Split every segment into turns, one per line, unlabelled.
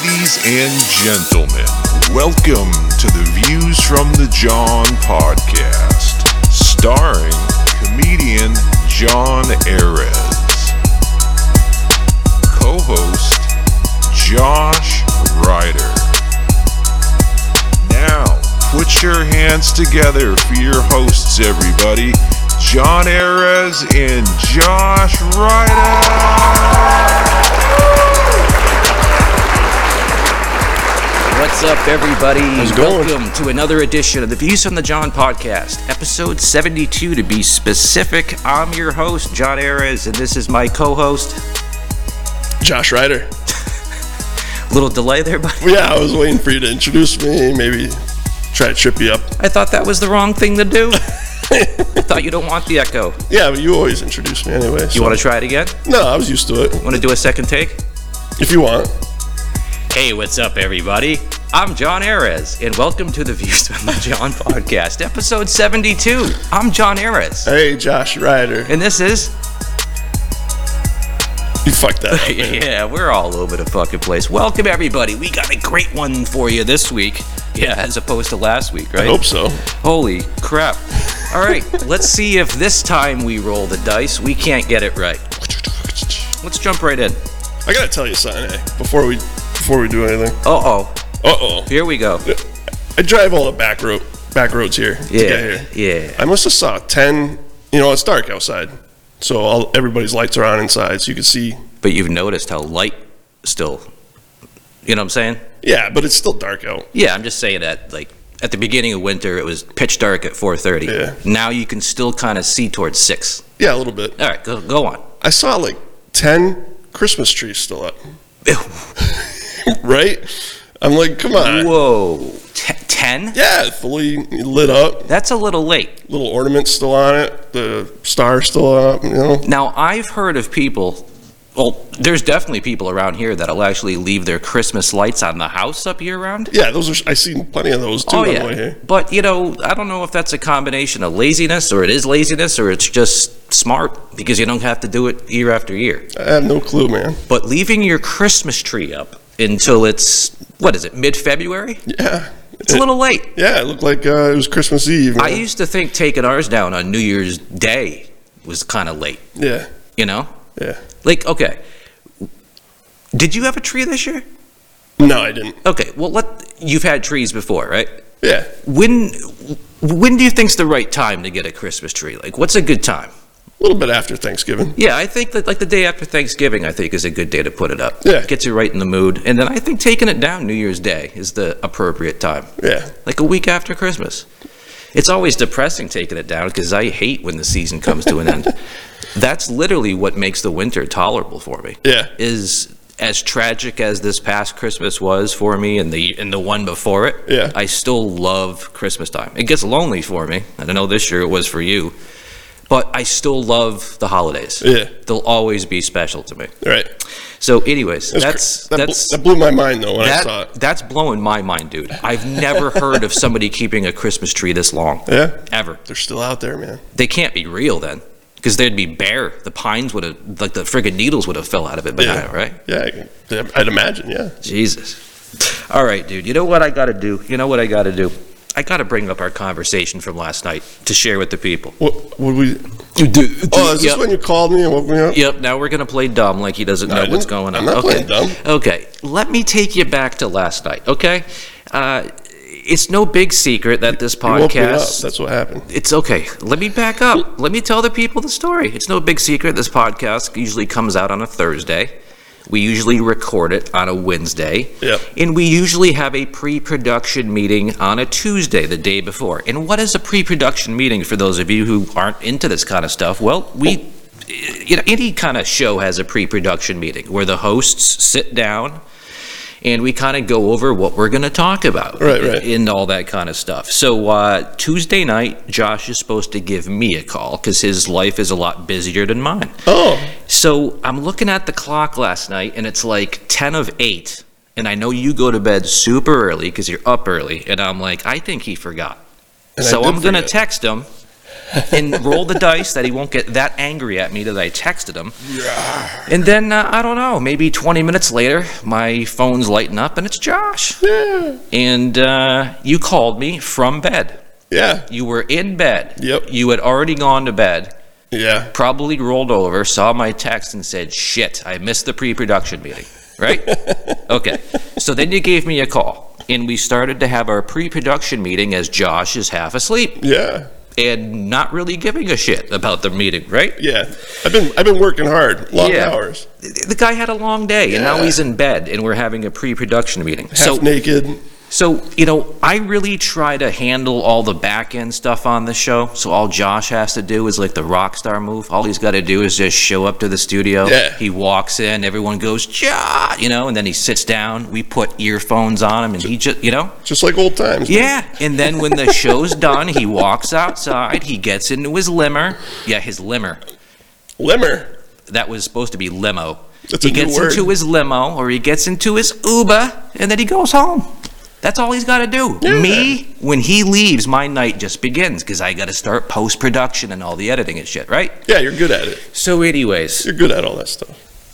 and gentlemen, welcome to the Views from the John podcast, starring comedian John Ares, co host Josh Ryder. Now, put your hands together for your hosts, everybody. John Ares and Josh Ryder.
What's up, everybody?
it going?
Welcome to another edition of the Views from the John podcast, episode 72 to be specific. I'm your host, John Ares, and this is my co host.
Josh Ryder.
Little delay there, but
Yeah, I was waiting for you to introduce me, maybe try to trip you up.
I thought that was the wrong thing to do. I thought you don't want the echo.
Yeah, but you always introduce me anyway.
You want to try it again?
No, I was used to it.
Want to do a second take?
If you want.
Hey, what's up, everybody? I'm John Ares, and welcome to the Views from the John podcast, episode 72. I'm John Ares,
Hey, Josh Ryder.
and this is
You fucked that up. man.
Yeah, we're all over the fucking place. Welcome everybody. We got a great one for you this week. Yeah, as opposed to last week,
I
right?
hope so.
Holy crap. All right, let's see if this time we roll the dice. We can't get it right. Let's jump right in.
I gotta tell you something eh, before we before we do anything.
Uh-oh.
Uh oh.
Here we go.
I drive all the back road back roads here to get
Yeah.
here.
Yeah.
I must have saw ten. You know, it's dark outside, so all, everybody's lights are on inside, so you can see.
But you've noticed how light still. You know what I'm saying?
Yeah, but it's still dark out.
Yeah, I'm just saying that like at the beginning of winter it was pitch dark at 4:30.
Yeah.
Now you can still kind of see towards 6.
Yeah, a little bit.
All right, go, go on.
I saw like 10 Christmas trees still up, right? I'm like, come on.
Whoa, T- ten?
Yeah, fully lit up,
That's a little late.
little ornaments still on it, the star still up, you know?
Now I've heard of people. Well, there's definitely people around here that'll actually leave their Christmas lights on the house up year round.
Yeah, those are, I seen plenty of those too
oh
on
yeah,
the way here.
but you know, I don't know if that's a combination of laziness, or it is laziness, or it's just smart because you don't have to do it year after year.
I have no clue, man.
But leaving your Christmas tree up until it's what is it, mid-February?
Yeah.
It's a little late.
yeah, it looked like uh, it was Christmas Eve.
I
man.
used to think taking ours down on New Year's Day was kind of late.
yeah,
You know,
yeah.
Like, okay. Did you have a tree this year?
No, I didn't.
Okay, well, let you've had trees before, right?
Yeah.
When when do you think's the right time to get a Christmas tree? Like, what's a good time?
A little bit after Thanksgiving.
Yeah, I think that like the day after Thanksgiving, I think is a good day to put it up.
Yeah.
gets you right in the mood, and then I think taking it down New Year's Day is the appropriate time,
Yeah.
like a week after Christmas. It's always depressing taking it down because I hate when the season comes to an end. That's literally what makes the winter tolerable for me
Yeah.
is as tragic as this past Christmas was for me and the and the one before it.
Yeah.
I still love Christmas time. It gets lonely for me. I don't know this year it was for you, but I still love the holidays.
Yeah.
They'll always be special to me.
Right.
So, anyways,
It was cr-
that's
that, bl-
that's.
that blew my mind though when I saw
that,
it.
that's blowing my mind, dude. I've never heard of somebody keeping a Christmas tree this long.
Yeah.
Ever.
They're still out there, man.
They can't be real then, because they'd be bare. The pines would have, like the friggin' needles would have fell out of it by now, right?
Yeah, I- I'd imagine. Yeah.
Jesus. All right, dude. You know what I got to do? You know what I got to do? I got to bring up our conversation from last night to share with the people.
What would we?
You do.
Oh, is this
yep.
when you called me and woke me up?
Yep. Now we're gonna play dumb, like he doesn't
I
know what's
didn't-
going on.
I'm not
okay.
playing dumb.
Okay. Let me take you back to last night. Okay. Uh, it's no big secret that this
You woke me up.
podcast
That's what happened.
it's okay. Let me back up. Let me tell the people the story. It's no big secret. This podcast usually comes out on a Thursday. We usually record it on a Wednesday.
Yep.
And we usually have a pre production meeting on a Tuesday, the day before. And what is a pre production meeting for those of you who aren't into this kind of stuff? Well, we. You know, any kind of show has a pre-production meeting where the hosts sit down and we kind of go over what we're going to talk about
Right, right.
and all that kind of stuff. So uh, Tuesday night, Josh is supposed to give me a call because his life is a lot busier than mine.
Oh,
So I'm looking at the clock last night, and it's like 10 of 8. And I know you go to bed super early because you're up early. And I'm like, I think he forgot.
And I
so
did
I'm going to
forget.
text him and roll the dice that he won't get that angry at me that I texted him. And then uh, I don't know, maybe 20 minutes later, my phone's lighting up and it's Josh.
Yeah.
And uh, you called me from bed.
Yeah.
You were in bed.
Yep.
You had already gone to bed.
Yeah.
Probably rolled over, saw my text, and said, "Shit, I missed the pre-production meeting." Right? okay. So then you gave me a call, and we started to have our pre-production meeting as Josh is half asleep
Yeah.
and not really giving a shit about the meeting, right?
Yeah. I've been I've been working hard, long
Yeah.
hours,
The guy had a long day, and now
Yeah.
he's in bed, and we're having a pre-production meeting.
half
so
naked.
So, you know, I really try to handle all the back end stuff on the show. So, all Josh has to do is like the rock star move. All he's got to do is just show up to the studio.
Yeah.
He walks in, everyone goes, Josh, you know, and then he sits down. We put earphones on him, and he just, you know,
Just like old times.
yeah. And then when the show's done, he walks outside, he gets into his limo. Yeah, his limo
Limmer.
that was supposed to be limo.
That's
he
a new
gets
word.
into his limo or he gets into his Uber and then he goes home. That's all he's got to do.
Yeah.
Me, when he leaves, my night just begins because I got to start post production and all the editing and shit, right?
Yeah, you're good at it.
So, anyways,
You're good at all that stuff.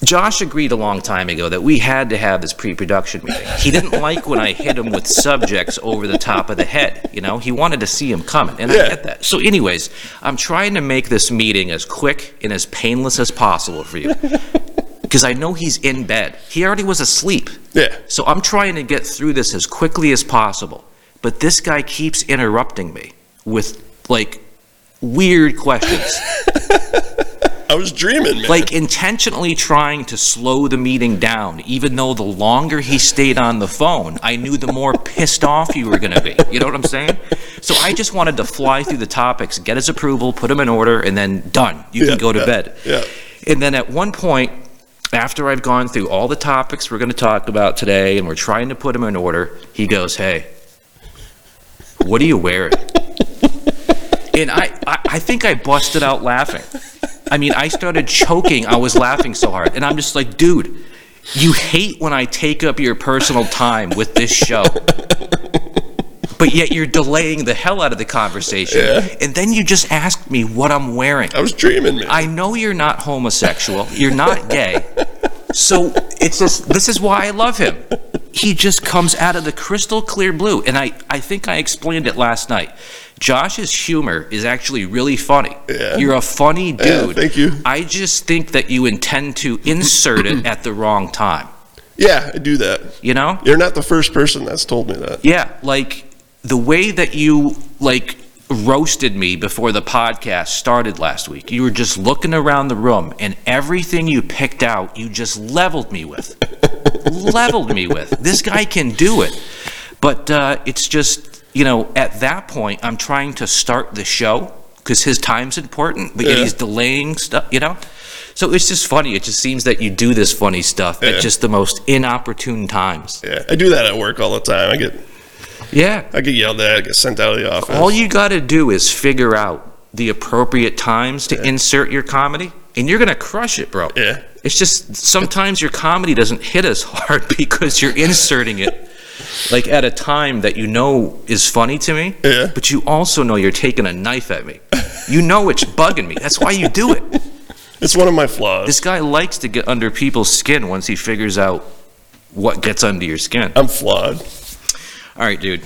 Josh agreed a long time ago that we had to have this pre production meeting. He didn't like when I hit him with subjects over the top of the head. You know, he wanted to see him coming, and I
Yeah.
get that. So, anyways, I'm trying to make this meeting as quick and as painless as possible for you. Because I know he's in bed. He already was asleep.
Yeah.
So I'm trying to get through this as quickly as possible. But this guy keeps interrupting me with like weird questions.
I was dreaming, man.
like intentionally trying to slow the meeting down, even though the longer he stayed on the phone, I knew the more pissed off you were going to be. You know what I'm saying? So I just wanted to fly through the topics, get his approval, put him in order, and then done. You
Yeah,
can go to
yeah,
bed.
yeah.
And then at one point, after I've gone through all the topics we're going to talk about today, and we're trying to put him in order, he goes, "Hey, what are you wearing?" and I, I, I think I busted out laughing. I mean, I started choking. I was laughing so hard. And I'm just like, dude, you hate when I take up your personal time with this show. But yet you're delaying the hell out of the conversation.
Yeah.
And then you just asked me what I'm wearing.
I was dreaming, man.
I know you're not homosexual. You're not gay. So it's just this is why I love him. He just comes out of the crystal clear blue. And I, I think I explained it last night. Josh's humor is actually really funny.
Yeah.
You're a funny dude.
Yeah, thank you.
I just think that you intend to insert it at the wrong time.
yeah, I do that.
You know?
You're not the first person that's told me that.
Yeah, like the way that you like roasted me before the podcast started last week. You were just looking around the room and everything you picked out, you just leveled me with. leveled me with. This guy can do it. But uh, it's just, you know, at that point, I'm trying to start the show because his time's important, but yet
Yeah.
he's delaying stuff, you know? So it's just funny. It just seems that you do this funny stuff
Yeah.
at just the most inopportune times.
Yeah, I do that at work all the time. I get
Yeah.
I get yelled at. I get sent out of the office.
All you got to do is figure out the appropriate times to insert your comedy, and you're going to crush it, bro.
Yeah.
It's just sometimes your comedy doesn't hit as hard because you're inserting it like at a time that you know is funny to me,
Yeah.
but you also know you're taking a knife at me. You know it's bugging me. That's why you do it.
It's one of my flaws.
This guy likes to get under people's skin once he figures out what gets under your skin.
I'm flawed.
All right, dude.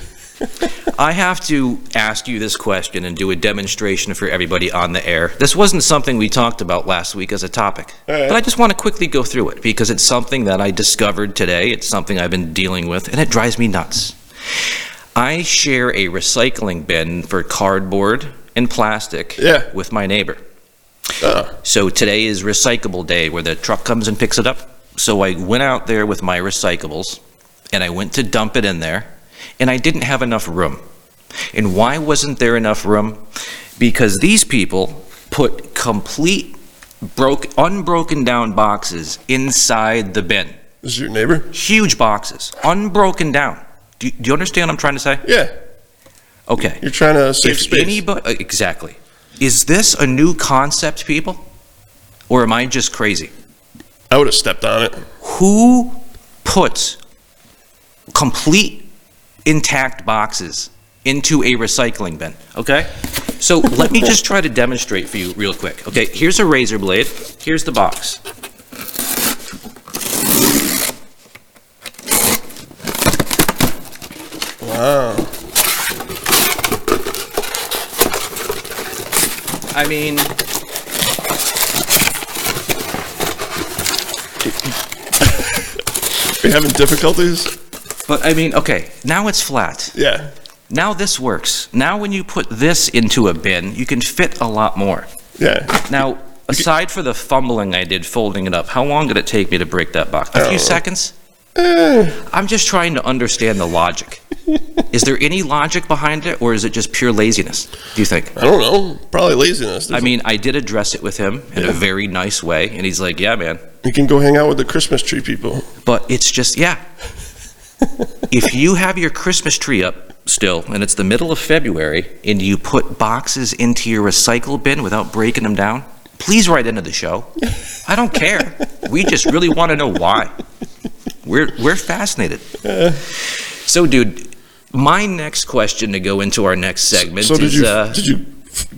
I have to ask you this question and do a demonstration for everybody on the air. This wasn't something we talked about last week as a topic,
right.
but I just want to quickly go through it because it's something that I discovered today. It's something I've been dealing with, and it drives me nuts. I share a recycling bin for cardboard and plastic
Yeah.
with my neighbor.
Oh,
So today is recyclable day where the truck comes and picks it up. So I went out there with my recyclables and I went to dump it in there and I didn't have enough room. And why wasn't there enough room? Because these people put complete broke unbroken down boxes inside the bin.
this is your neighbor?
Huge boxes, unbroken down. Do, do you understand what I'm trying to say?
Yeah,
Okay.
you're trying to save
if
space.
anybody exactly is this a new concept people or am i just crazy
I would have stepped on it.
who puts complete intact boxes into a recycling bin okay So let me just try to demonstrate for you real quick. Okay, here's a razor blade. Here's the box.
Wow.
I mean,
Are you having difficulties?
but I mean, okay, now it's flat.
Yeah.
Now this works. Now when you put this into a bin, you can fit a lot more.
Yeah.
Now, aside for the fumbling I did folding it up, how long did it take me to break that box? A few seconds?
Eh,
I'm just trying to understand the logic. Is there any logic behind it, or is it just pure laziness, do you think?
I don't know. Probably laziness.
I mean, I did address it with him in a very nice way, and he's like, yeah, man.
you can go hang out with the Christmas tree people.
But it's just, yeah. if you have your Christmas tree up still, and it's the middle of February, and you put boxes into your recycle bin without breaking them down, please write into the show. I don't care. We just really want to know why. We're we're fascinated. So, dude, my next question to go into our next segment
So did
is
you
uh,
did you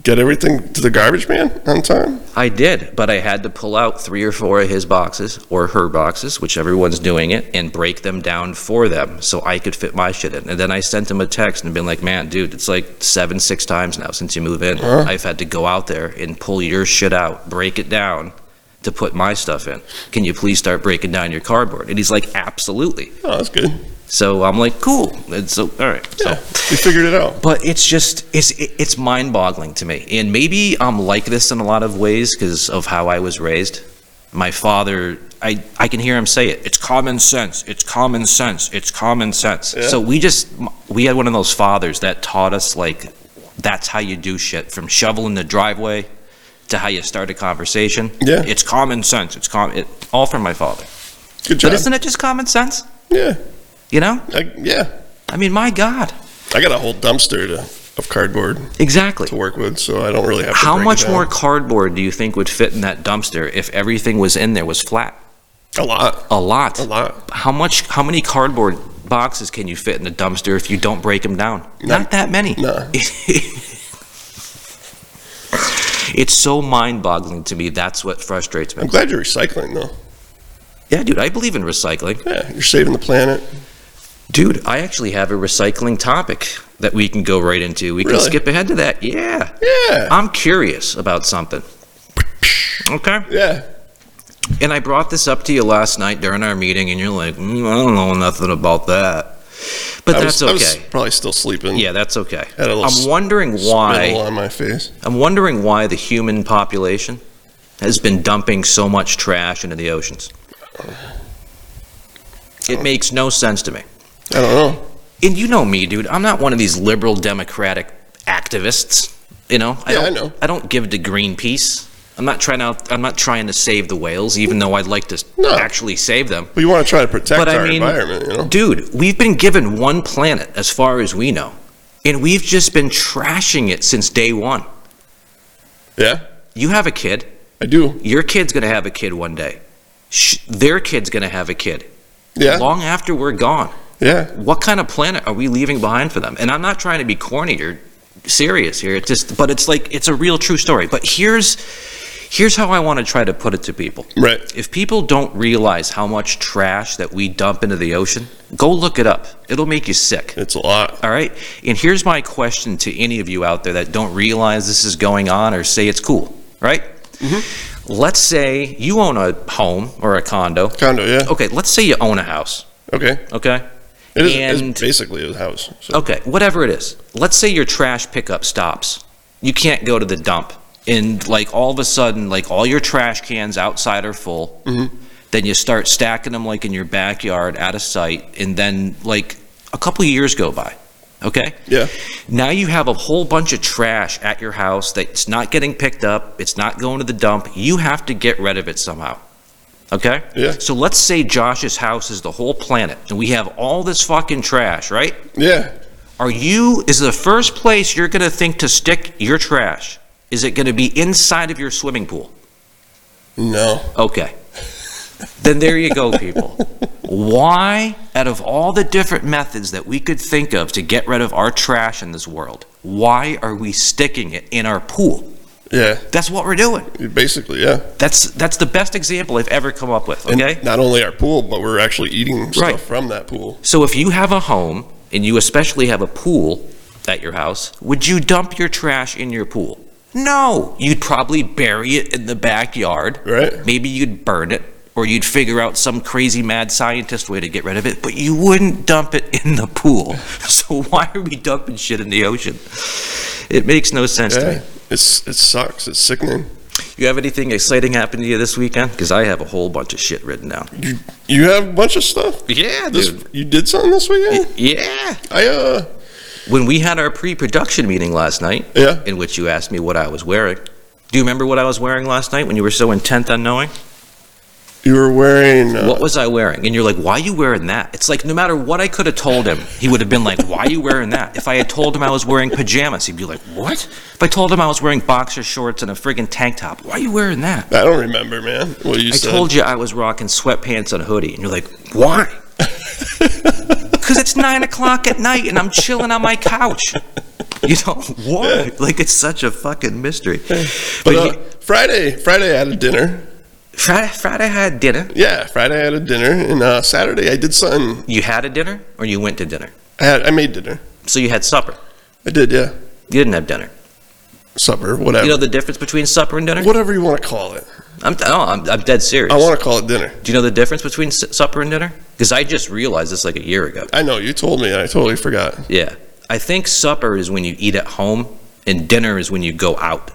get everything to the garbage man on time?
I did, but I had to pull out three or four of his boxes or her boxes, whichever one's doing it, and break them down for them so I could fit my shit in. And then I sent him a text and been like, "Man, dude, it's like seven, six times now since you move in. I've had to go out there and pull your shit out, break it down." To put my stuff in, can you please start breaking down your cardboard? And he's like, absolutely.
Oh, that's good.
So I'm like, cool. And so, all right. So,
Yeah. You figured it out.
but it's just it's it- it's mind-boggling to me and maybe i'm like this in a lot of ways because of how i was raised my father I, I can hear him say it it's common sense it's common sense it's common sense
Yeah.
so we just we had one of those fathers that taught us like that's how you do shit from shoveling the driveway to how you start a conversation
Yeah.
it's common sense it's com- it, all from my father
Good job.
but isn't it just common sense
yeah.
you know
I, yeah.
i mean my god
I got a whole dumpster to, of cardboard
exactly
to work with, so I don't really have. to
How
break it
much
down.
more cardboard do you think would fit in that dumpster if everything was in there was flat?
A lot.
A lot.
A lot.
How much? How many cardboard boxes can you fit in a dumpster if you don't break them down?
None.
Not that many.
No.
it's so mind-boggling to me. That's what frustrates
I'm
me.
glad you're recycling though.
Yeah, dude, I believe in recycling.
Yeah, you're saving the planet.
Dude, I actually have a recycling topic that we can go right into. We can
Really?
skip ahead to that. Yeah.
Yeah.
I'm curious about something. Okay.
Yeah.
And I brought this up to you last night during our meeting, and you're like, mm, I don't know nothing about that. But
I
that's
was, I
okay.
was probably still sleeping.
yeah, that's okay.
Had a little s-
I'm wondering
Spittle
why.
on my face.
I'm wondering why the human population has been dumping so much trash into the oceans.
Uh,
It makes no sense to me.
I don't know.
And you know me, dude. I'm not one of these liberal democratic activists. You know, I
Yeah,
don't,
I know.
I don't give to Greenpeace. I'm not trying out. I'm not trying to save the whales, even though I'd like to
No.
actually save them.
But you want to try to protect
But I
our
mean,
environment, you know?
Dude, we've been given one planet as far as we know, and we've just been trashing it since day one.
Yeah,
You have a kid,
I do.
your kid's gonna have a kid one day, Sh- their kid's gonna have a kid
Yeah,
long after we're gone.
yeah.
What kind of planet are we leaving behind for them? And I'm not trying to be corny or serious here. It's just, but it's like it's a real true story. But here's here's how I want to try to put it to people.
Right.
If people don't realize how much trash that we dump into the ocean, go look it up. It'll make you sick.
It's a lot.
All right? And here's my question to any of you out there that don't realize this is going on or say it's cool, right? Let's say you own a home or a condo.
Condo, yeah.
Okay, let's say you own a house,
Okay.
okay?
It is
And-
it's basically a house. So.
Okay, whatever it is. Let's say your trash pickup stops. You can't go to the dump. And like all of a sudden, like all your trash cans outside are full. Then you start stacking them like in your backyard out of sight. And then like a couple of years go by. Okay?
Yeah.
Now you have a whole bunch of trash at your house that's not getting picked up, it's not going to the dump. You have to get rid of it somehow. Okay?
Yeah.
So let's say Josh's house is the whole planet and we have all this fucking trash, right?
Yeah.
Are you, is the first place you're going to think to stick your trash? Is it going to be inside of your swimming pool?
No.
Okay. then there you go, people. Why, out of all the different methods that we could think of to get rid of our trash in this world, why are we sticking it in our pool?
Yeah,
That's what we're doing.
basically, yeah.
That's that's the best example I've ever come up with.
And
Okay.
Not only our pool, but we're actually eating stuff
Right.
from that pool.
So if you have a home and you especially have a pool at your house, would you dump your trash in your pool? No, you'd probably bury it in the backyard.
Right.
Maybe you'd burn it or you'd figure out some crazy mad scientist way to get rid of it, but you wouldn't dump it in the pool. So why are we dumping shit in the ocean? It makes no sense to me.
Yeah, it's it sucks. It's sickening.
You have anything exciting happen to you this weekend? Because I have a whole bunch of shit written down.
You you have a bunch of stuff.
Yeah,
This you did something this weekend.
Yeah.
I uh
When we had our pre-production meeting last night,
yeah
in which you asked me what I was wearing. Do you remember what I was wearing last night when you were so intent on knowing?
you were wearing uh,
What was I wearing? And you're like, why are you wearing that? It's like, no matter what I could have told him, he would have been like, why are you wearing that? If I had told him I was wearing pajamas, he'd be like, what? If I told him I was wearing boxer shorts and a friggin' tank top, why are you wearing that?
I don't remember, man. What you
I
said.
told you I was rocking sweatpants and a hoodie. And you're like, why? Because it's nine o'clock at night and I'm chilling on my couch. You know, why? Like, it's such a fucking mystery. But,
But
he-
uh, Friday, Friday I had a dinner.
Friday, Friday I had dinner.
Yeah, Friday I had a dinner, and uh, Saturday I did something.
You had a dinner or you went to dinner?
I had I made dinner.
So you had supper.
I did, yeah,
You didn't have dinner.
supper, whatever,
You know the difference between supper and dinner?
whatever you want to call it.
I'm, no, I'm, I'm dead serious.
I want to call it dinner.
Do you know the difference between s- supper and dinner? Because I just realized this like a year ago.
I know you told me, and I totally forgot.
Yeah. I think supper is when you eat at home and dinner is when you go out.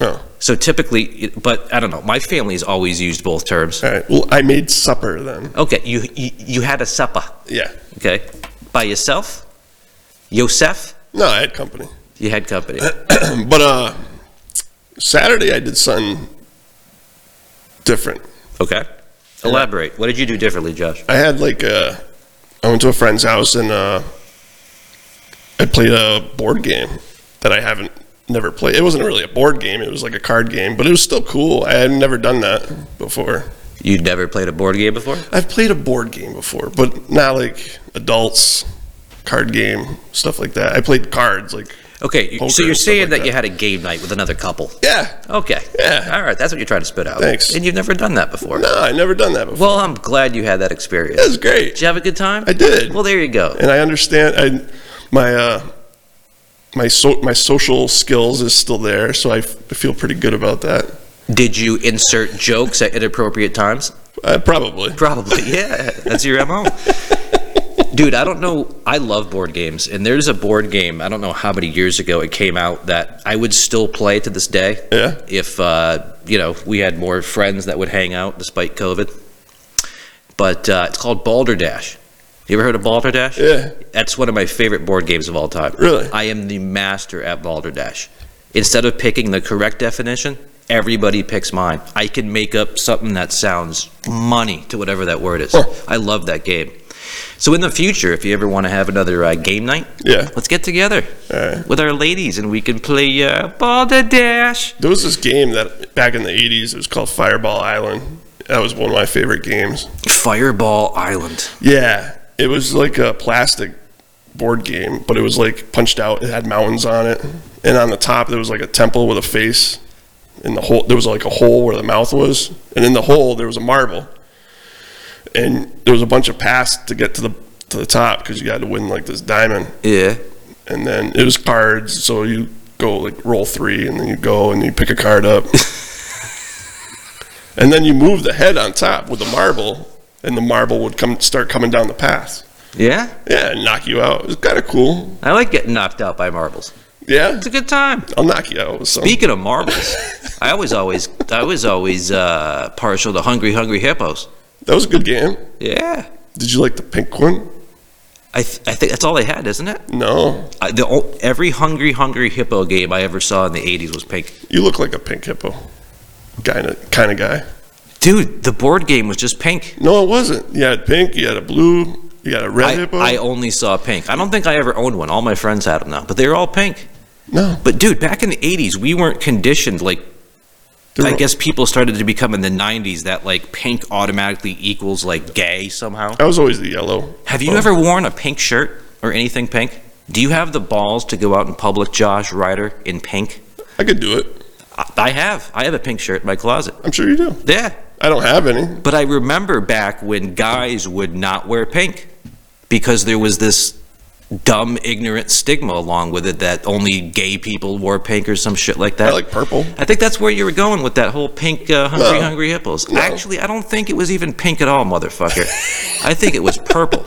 Oh,
So typically, it- but I don't know. My family's always used both terms.
all right. Well, I made supper then.
Okay, you, you, you had a supper,
Yeah.
okay? By yourself? Yosef?
No, I had company.
You had company.
but uh, Saturday I did something different.
Okay. Elaborate. What did you do differently, Josh?
I had like uh, I went to a friend's house and uh, I played a board game that I haven't never played. It wasn't really a board game; it was like a card game, but it was still cool. I had never done that before.
You'd never played a board game before?
I've played a board game before, but not like adults card game stuff like that. I played cards, like
Okay, you-
Poker
so you're
and stuff
saying
like
that,
that.
you had a game night with another couple.
yeah,
Okay.
Yeah.
All right, that's what you're trying to spit out.
Thanks.
And you've never done that before.
no, I never done that before.
Well, I'm glad you had that
That
experience.
was great,
Did you have a good time?
I did.
Well, there you go.
and I understand. I my uh, my so my social skills is still there, so I f- I feel pretty good about that.
Did you insert jokes at inappropriate times?
Uh, probably.
Probably, yeah. That's your MO. Dude, I don't know. I love board games, and there's a board game. I don't know how many years ago it came out that I would still play to this day.
Yeah.
If uh, you know, we had more friends that would hang out despite COVID. But uh, it's called Balderdash. You ever heard of Balderdash?
Yeah.
That's one of my favorite board games of all time.
Really?
I am the master at Balderdash. Instead of picking the correct definition, everybody picks mine. I can make up something that sounds money to whatever that word is.
Huh.
I love that game. So in the future, if you ever want to have another uh, game night,
Yeah. Uh,
let's get together
Alright.
with our ladies and we can play uh, Balderdash.
There was this game that back in the 80s, it was called Fireball Island. That was one of my favorite games.
Fireball Island.
Yeah. It was like a plastic board game, but it was like punched out. It had mountains on it. And on the top, there was like a temple with a face. And the hole, there was like a hole where the mouth was. And in the hole, there was a marble. And there was a bunch of paths to get to the to the top because you had to win like this diamond.
Yeah.
and then it was cards. So you go like roll three, and then you go and you pick a card up, and then you move the head on top with the marble, and the marble would come start coming down the path.
Yeah?
Yeah, and knock you out. It's kind of cool.
I like getting knocked out by marbles.
Yeah,
It's a good time.
I'll knock you out with some.
Speaking of marbles, I was always I was always uh, partial to Hungry Hungry Hippos.
That was a good game.
Yeah,
Did you like the pink one?
I, th- I think that's all they had, isn't it?
No,
I, the o- every Hungry Hungry Hippo game I ever saw in the '80s was pink.
you look like a pink hippo. Kind of, kind of guy.
Dude, the board game was just pink.
No, it wasn't. You had pink. You had a blue. You got a red
I,
hippo.
I only saw pink. I don't think I ever owned one. All my friends had them now, but they were all pink.
no.
But dude, back in the '80s, we weren't conditioned like
There
I
were-
guess people started to become in the 90s that like pink automatically equals like gay somehow.
I was always the yellow.
Have you
Oh.
ever worn a pink shirt or anything pink? Do you have the balls to go out in public, Josh Ryder, in pink?
I could do it.
I- I have. I have a pink shirt in my closet.
I'm sure you do.
Yeah.
I don't have any.
But I remember back when guys would not wear pink because there was this dumb, ignorant stigma along with it that only gay people wore pink or some shit like that.
I like purple.
I think that's where you were going with that whole pink uh, hungry
No.
hungry hippos.
No.
Actually, I don't think it was even pink at all, motherfucker. I think it was purple,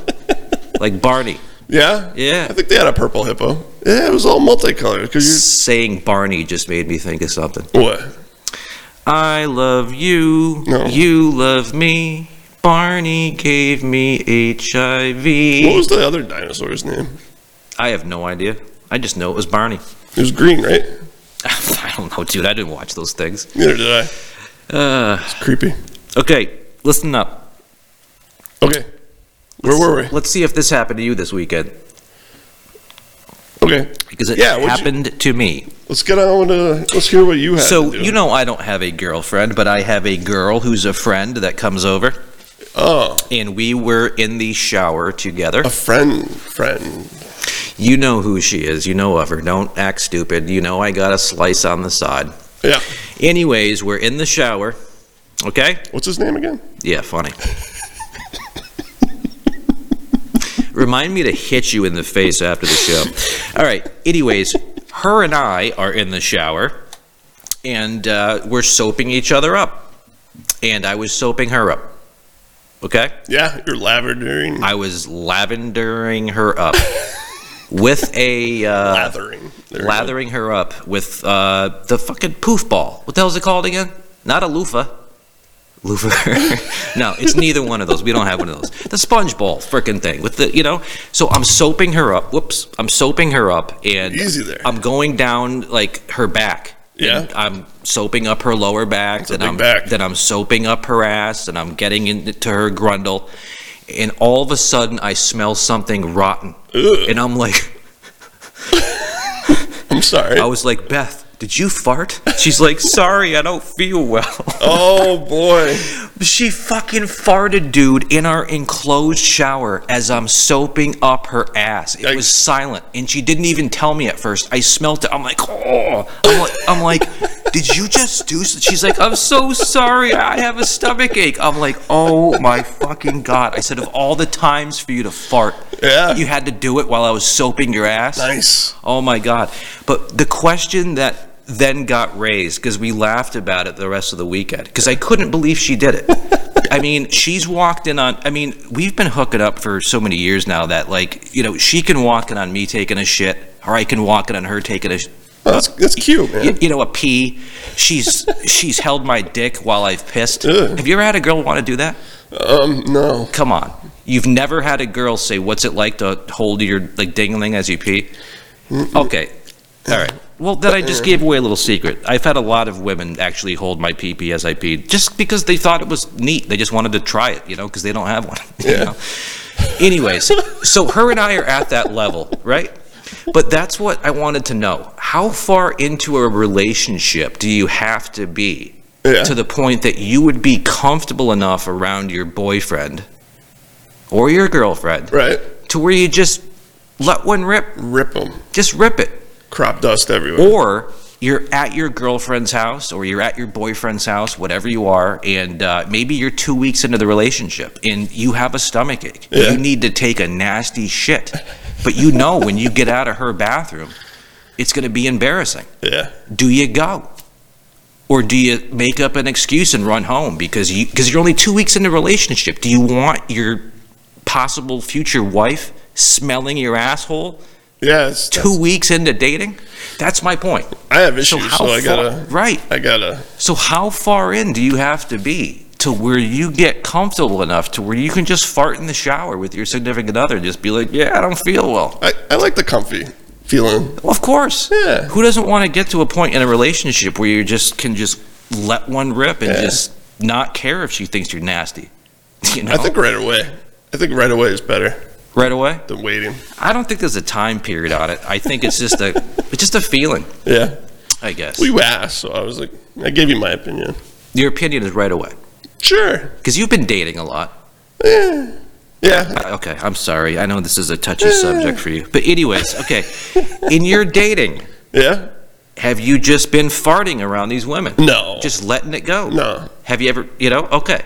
like Barney.
Yeah.
Yeah.
I think they had a purple hippo. Yeah, it was all multicolored because
Saying Barney just made me think of something.
you. What?
I love you.
No.
You love me. Barney gave me HIV.
What was the other dinosaur's name?
I have no idea. I just know it was Barney.
It was green, right?
I don't know, dude. I didn't watch those things.
Neither did I.
Uh,
It's creepy.
okay, listen up.
Okay. Where were we?
Let's see if this happened to you this weekend
Okay.
because it
Yeah, what'd you-
happened to me.
Let's get on to. Let's hear what you had.
So
to do.
you know, I don't have a girlfriend, but I have a girl who's a friend that comes over,
Oh,
and we were in the shower together.
a friend, friend.
You know who she is. You know of her. Don't act stupid. You know I got a slice on the side.
Yeah.
Anyways, we're in the shower. Okay.
What's his name again?
Yeah, funny. Remind me to hit you in the face after the show. All right. Anyways, her and I are in the shower, and uh, we're soaping each other up, and I was soaping her up. Okay,
Yeah, you're lavendering.
I was lavendering her up with a uh,
lathering. There you go.
lathering her up with uh, the fucking poof ball. What the hell's it called again? Not a loofah. Loofah. no, it's neither one of those. We don't have one of those. The sponge ball freaking thing with the, you know. So I'm soaping her up. Whoops. I'm soaping her up and
Easy there.
I'm going down like her back.
Yeah.
And I'm soaping up her lower back.
a
then
big
I'm
back.
then I'm soaping up her ass and I'm getting into her grundle. And all of a sudden I smell something rotten.
Ugh.
And I'm like
I'm sorry.
I was like, Beth, did you fart? She's like, sorry, I don't feel well.
oh boy.
She fucking farted, dude, in our enclosed shower as I'm soaping up her ass. It was
Yikes.
silent, and she didn't even tell me at first. I smelt it. I'm like, oh. I'm like, I'm like did you just do so? She's like, I'm so sorry. I have a stomach ache. I'm like, oh my fucking God. I said, of all the times for you to fart,
Yeah.
you had to do it while I was soaping your ass.
Nice.
Oh my God. But the question that then got raised, because we laughed about it the rest of the weekend, because I couldn't believe she did it. I mean, she's walked in on, I mean, we've been hooking up for so many years now that, like, you know, she can walk in on me taking a shit, or I can walk in on her taking a, sh-
Oh, that's that's cute, man.
you, you know, a pee. She's she's held my dick while I've pissed.
Ugh.
Have you ever had a girl want to do that?
Um, no.
Come on. You've never had a girl say, "What's it like to hold your like dingling as you pee?" Okay. All right. Well, then I just
Uh,
gave away a little secret. I've had a lot of women actually hold my pee pee as I pee, just because they thought it was neat. They just wanted to try it, you know, because they don't have one. you
Yeah.
know? Anyways, so her and I are at that level, right? But that's what I wanted to know. How far into a relationship do you have to be
Yeah.
to the point that you would be comfortable enough around your boyfriend or your girlfriend
Right.
to where you just let one rip,
Rip them.
just rip it?
Crop dust everywhere.
Or you're at your girlfriend's house or you're at your boyfriend's house, whatever you are, and uh, maybe you're two weeks into the relationship and you have a stomachache.
Yeah.
You need to take a nasty shit. But you know when you get out of her bathroom, it's going to be embarrassing.
Yeah.
Do you go? Or do you make up an excuse and run home because you because you're only two weeks into the relationship? Do you want your possible future wife smelling your asshole
Yeah. It's,
two weeks into dating? That's my point.
I have
So
issues, so,
how
I
far,
gotta.
right?
I gotta.
So how far in do you have to be to where you get comfortable enough to where you can just fart in the shower with your significant other and just be like, "Yeah, I don't feel well."
I, I like the comfy feeling.
Well, of course.
Yeah.
Who doesn't want to get to a point in a relationship where you just can just let one rip and
Yeah.
just not care if she thinks you're nasty? You know,
I think right away. I think right away is better
right away.
than waiting.
I don't think there's a time period on it. I think it's just a it's just a feeling.
Yeah.
I guess.
Well, you asked, so I was like, I gave you my opinion.
Your opinion is right away.
Sure.
Because you've been dating a lot.
Yeah. Yeah.
Uh, Okay, I'm sorry. I know this is a touchy subject for you. But, anyways, okay. In your dating,
Yeah.
have you just been farting around these women?
No.
Just letting it go?
no.
Have you ever, you know, okay.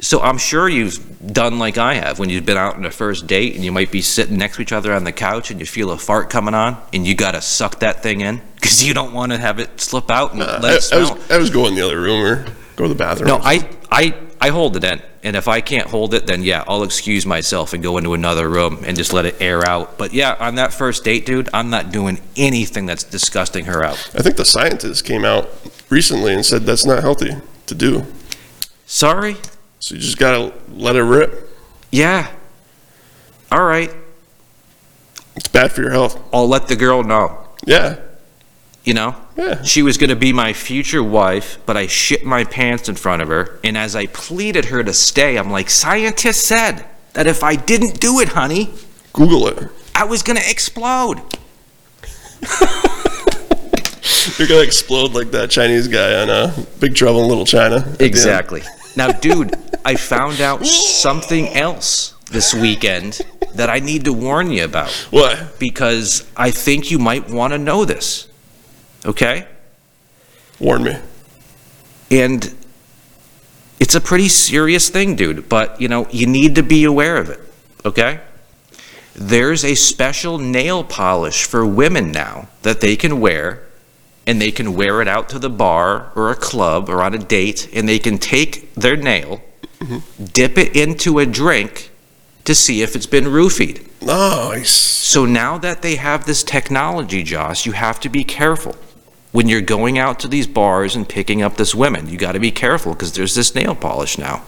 So I'm sure you've done like I have when you've been out on a first date and you might be sitting next to each other on the couch and you feel a fart coming on and you got to suck that thing in because you don't want to have it slip out and
Uh,
let it
I, I
smell.
was I was going the other room or go to the bathroom.
no, I, I, I hold it in. And if I can't hold it, then yeah, I'll excuse myself and go into another room and just let it air out. But yeah, on that first date, dude, I'm not doing anything that's disgusting her out.
I think the scientists came out recently and said that's not healthy to do.
Sorry?
So you just gotta let it rip.
Yeah. All right.
It's bad for your health.
I'll let the girl know,
Yeah.
you know?
Yeah.
She was going to be my future wife, but I shit my pants in front of her. And as I pleaded her to stay, I'm like, scientists said that if I didn't do it, honey,
Google it.
I was going to explode.
You're gonna explode like that Chinese guy on uh, Big Trouble in Little China. at the end.
now, dude, I found out something else this weekend that I need to warn you about
What?
because I think you might want to know this. Okay?
Warn me.
And it's a pretty serious thing, dude, but you know, you need to be aware of it, okay? There's a special nail polish for women now that they can wear and they can wear it out to the bar or a club or on a date and they can take their nail, dip it into a drink to see if it's been roofied.
Nice.
So now that they have this technology, Josh, you have to be careful. When you're going out to these bars and picking up this women, you got to be careful because there's this nail polish now.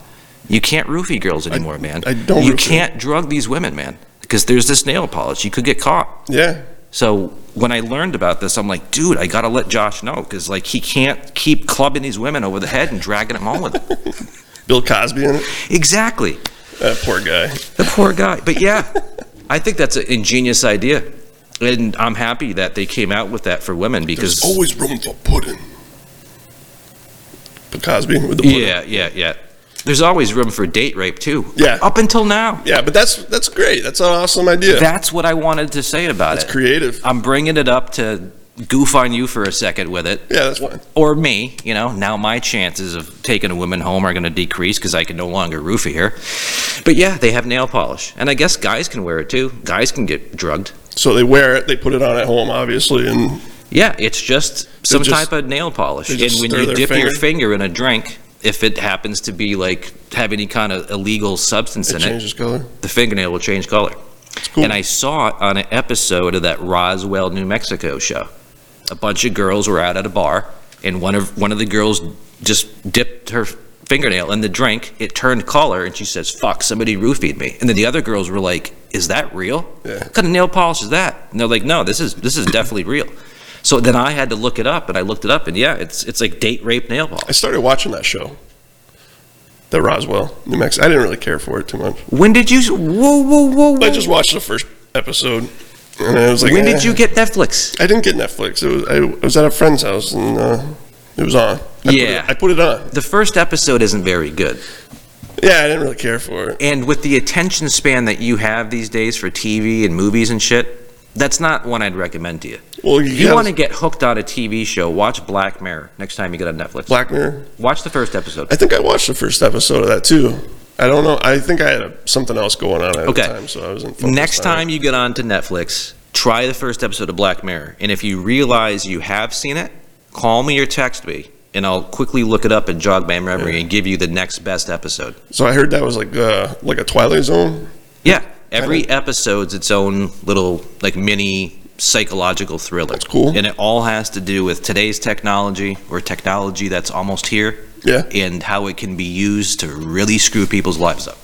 You can't roofie girls anymore, man.
I don't
You
roofie.
can't drug these women, man, because there's this nail polish. You could get caught.
Yeah.
So when I learned about this, I'm like, dude, I got to let Josh know because like he can't keep clubbing these women over the head and dragging them home with him.
Bill Cosby in it.
exactly.
That poor guy.
The poor guy. But yeah, I think that's an ingenious idea. And I'm happy that they came out with that for women because.
There's always room for pudding. Bill Cosby with the pudding.
yeah, yeah, yeah. There's always room for date rape too.
Yeah.
Up until now.
Yeah, but that's that's great. That's an awesome idea.
That's what I wanted to say about
That's
it.
creative.
I'm bringing it up to goof on you for a second with it.
Yeah, that's fine.
Or me, you know, now my chances of taking a woman home are going to decrease because I can no longer roofie her. But yeah, they have nail polish. And I guess guys can wear it too. Guys can get drugged.
So they wear it, they put it on at home, obviously, and
Yeah, it's just some
just-
type of nail polish.
they
And
just
when
stir
you
their
dip your
finger?
finger in a drink, if it happens to be like have any kind of illegal substance
it
in it,
changes color.
the fingernail will change color.
It's cool.
And I saw it on an episode of that Roswell, New Mexico show. A bunch of girls were out at a bar, and one of one of the girls just dipped her fingernail in the drink. It turned color, and she says, "Fuck, somebody roofied me." And then the other girls were like, "Is that real?
Yeah.
What kind of nail polish is that?" And they're like, "No, this is this is definitely real." So then I had to look it up, and I looked it up, and yeah, it's it's like date rape nail polish.
I started watching that show. That Roswell, New Mexico. I didn't really care for it too much.
When did you? Whoa, whoa, whoa! whoa.
I just watched the first episode, and I was like,
when
eh.
did you get Netflix?
I didn't get Netflix. It was I was at a friend's house, and uh, it was on. I put it-
Yeah.
I put it on.
The first episode isn't very good.
Yeah, I didn't really care for it.
And with the attention span that you have these days for TV and movies and shit, that's not one I'd recommend to you.
Well, you,
If you
guys-
want to get hooked on a TV show, watch Black Mirror next time you get on Netflix.
Black Mirror.
Watch the first episode.
I think I watched the first episode of that too. I don't know. I think I had a, something else going on at
Okay.
the time, so I wasn't. focused
Next
on it.
time you get on to Netflix, try the first episode of Black Mirror. And if you realize you have seen it, call me or text me, and I'll quickly look it up and jog my memory and give you the next best episode.
So I heard that was like uh, like a Twilight Zone.
Yeah. Every episode's its own little like mini psychological thriller.
That's cool.
And it all has to do with today's technology or technology that's almost here
Yeah,
and how it can be used to really screw people's lives up.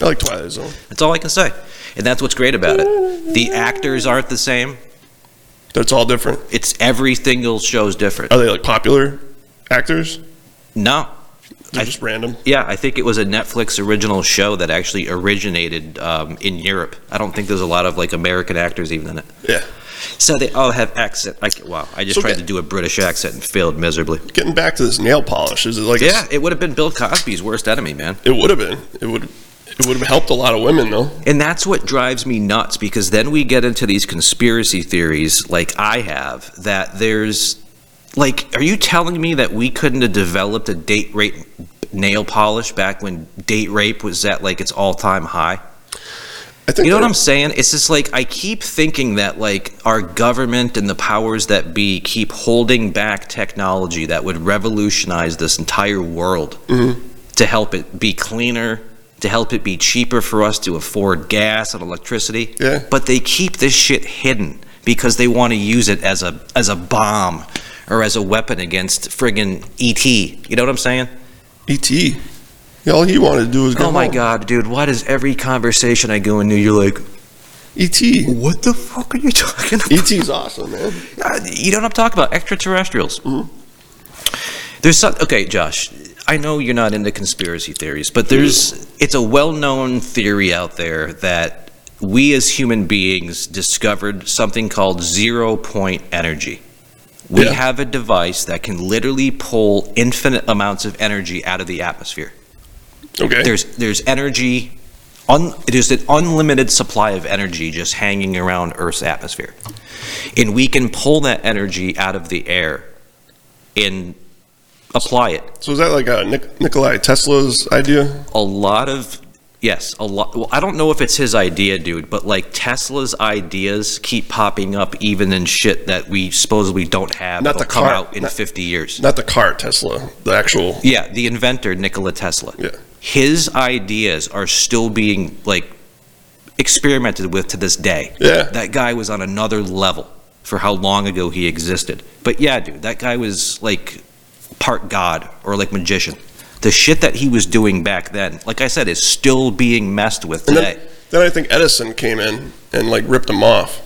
I like Twilight Zone.
That's all I can say. And that's what's great about it. The actors aren't the same.
That's all different.
It's every single show's different.
Are they like popular actors?
No.
They're
I-
just random.
Yeah, I think it was a Netflix original show that actually originated um, in Europe. I don't think there's a lot of like American actors even in it.
Yeah.
So they all have accent. I, wow, I just
So
tried
get-
to do a British accent and failed miserably.
Getting back to this nail polish is it like
Yeah, it would have been Bill Cosby's worst enemy, man.
it would have been it would it would have helped a lot of women though.
And that's what drives me nuts because then we get into these conspiracy theories like I have that there's like are you telling me that we couldn't have developed a date rape nail polish back when date rape was at like its all-time high?
I think
You know what
that-
I'm saying? It's just like I keep thinking that like our government and the powers that be keep holding back technology that would revolutionize this entire world
Mm-hmm.
to help it be cleaner, to help it be cheaper for us to afford gas and electricity.
Yeah.
But they keep this shit hidden because they want to use it as a as a bomb or as a weapon against friggin' ET. You know what I'm saying?
E.T. E All he wanted to do was go.
Oh my
home.
god, dude, why does every conversation I go into you're like,
E E.T.
what the fuck are you talking about?
E.T.'s E awesome, man.
Uh, you know what I'm talking about? Extraterrestrials. There's some, okay, Josh. I know you're not into conspiracy theories, but there's it's a well-known theory out there that we as human beings discovered something called zero-point energy. We
Yeah.
have a device that can literally pull infinite amounts of energy out of the atmosphere.
Okay.
There's there's energy, un, there's an unlimited supply of energy just hanging around Earth's atmosphere, and we can pull that energy out of the air, and apply it.
so is that like a Nik- Nikolai Tesla's idea?
A lot of yes, a lot. Well, I don't know if it's his idea, dude, but like Tesla's ideas keep popping up even in shit that we supposedly don't have.
Not
that'll
the
come
car-
out in
not-
50 years.
Not the car Tesla, the actual.
Yeah, the inventor Nikola Tesla.
Yeah.
His ideas are still being like experimented with to this day.
Yeah.
That guy was on another level for how long ago he existed. But yeah, dude, that guy was like part god or like magician. The shit that he was doing back then, like I said, is still being messed with
And
today.
then, then I think Edison came in and like ripped them off,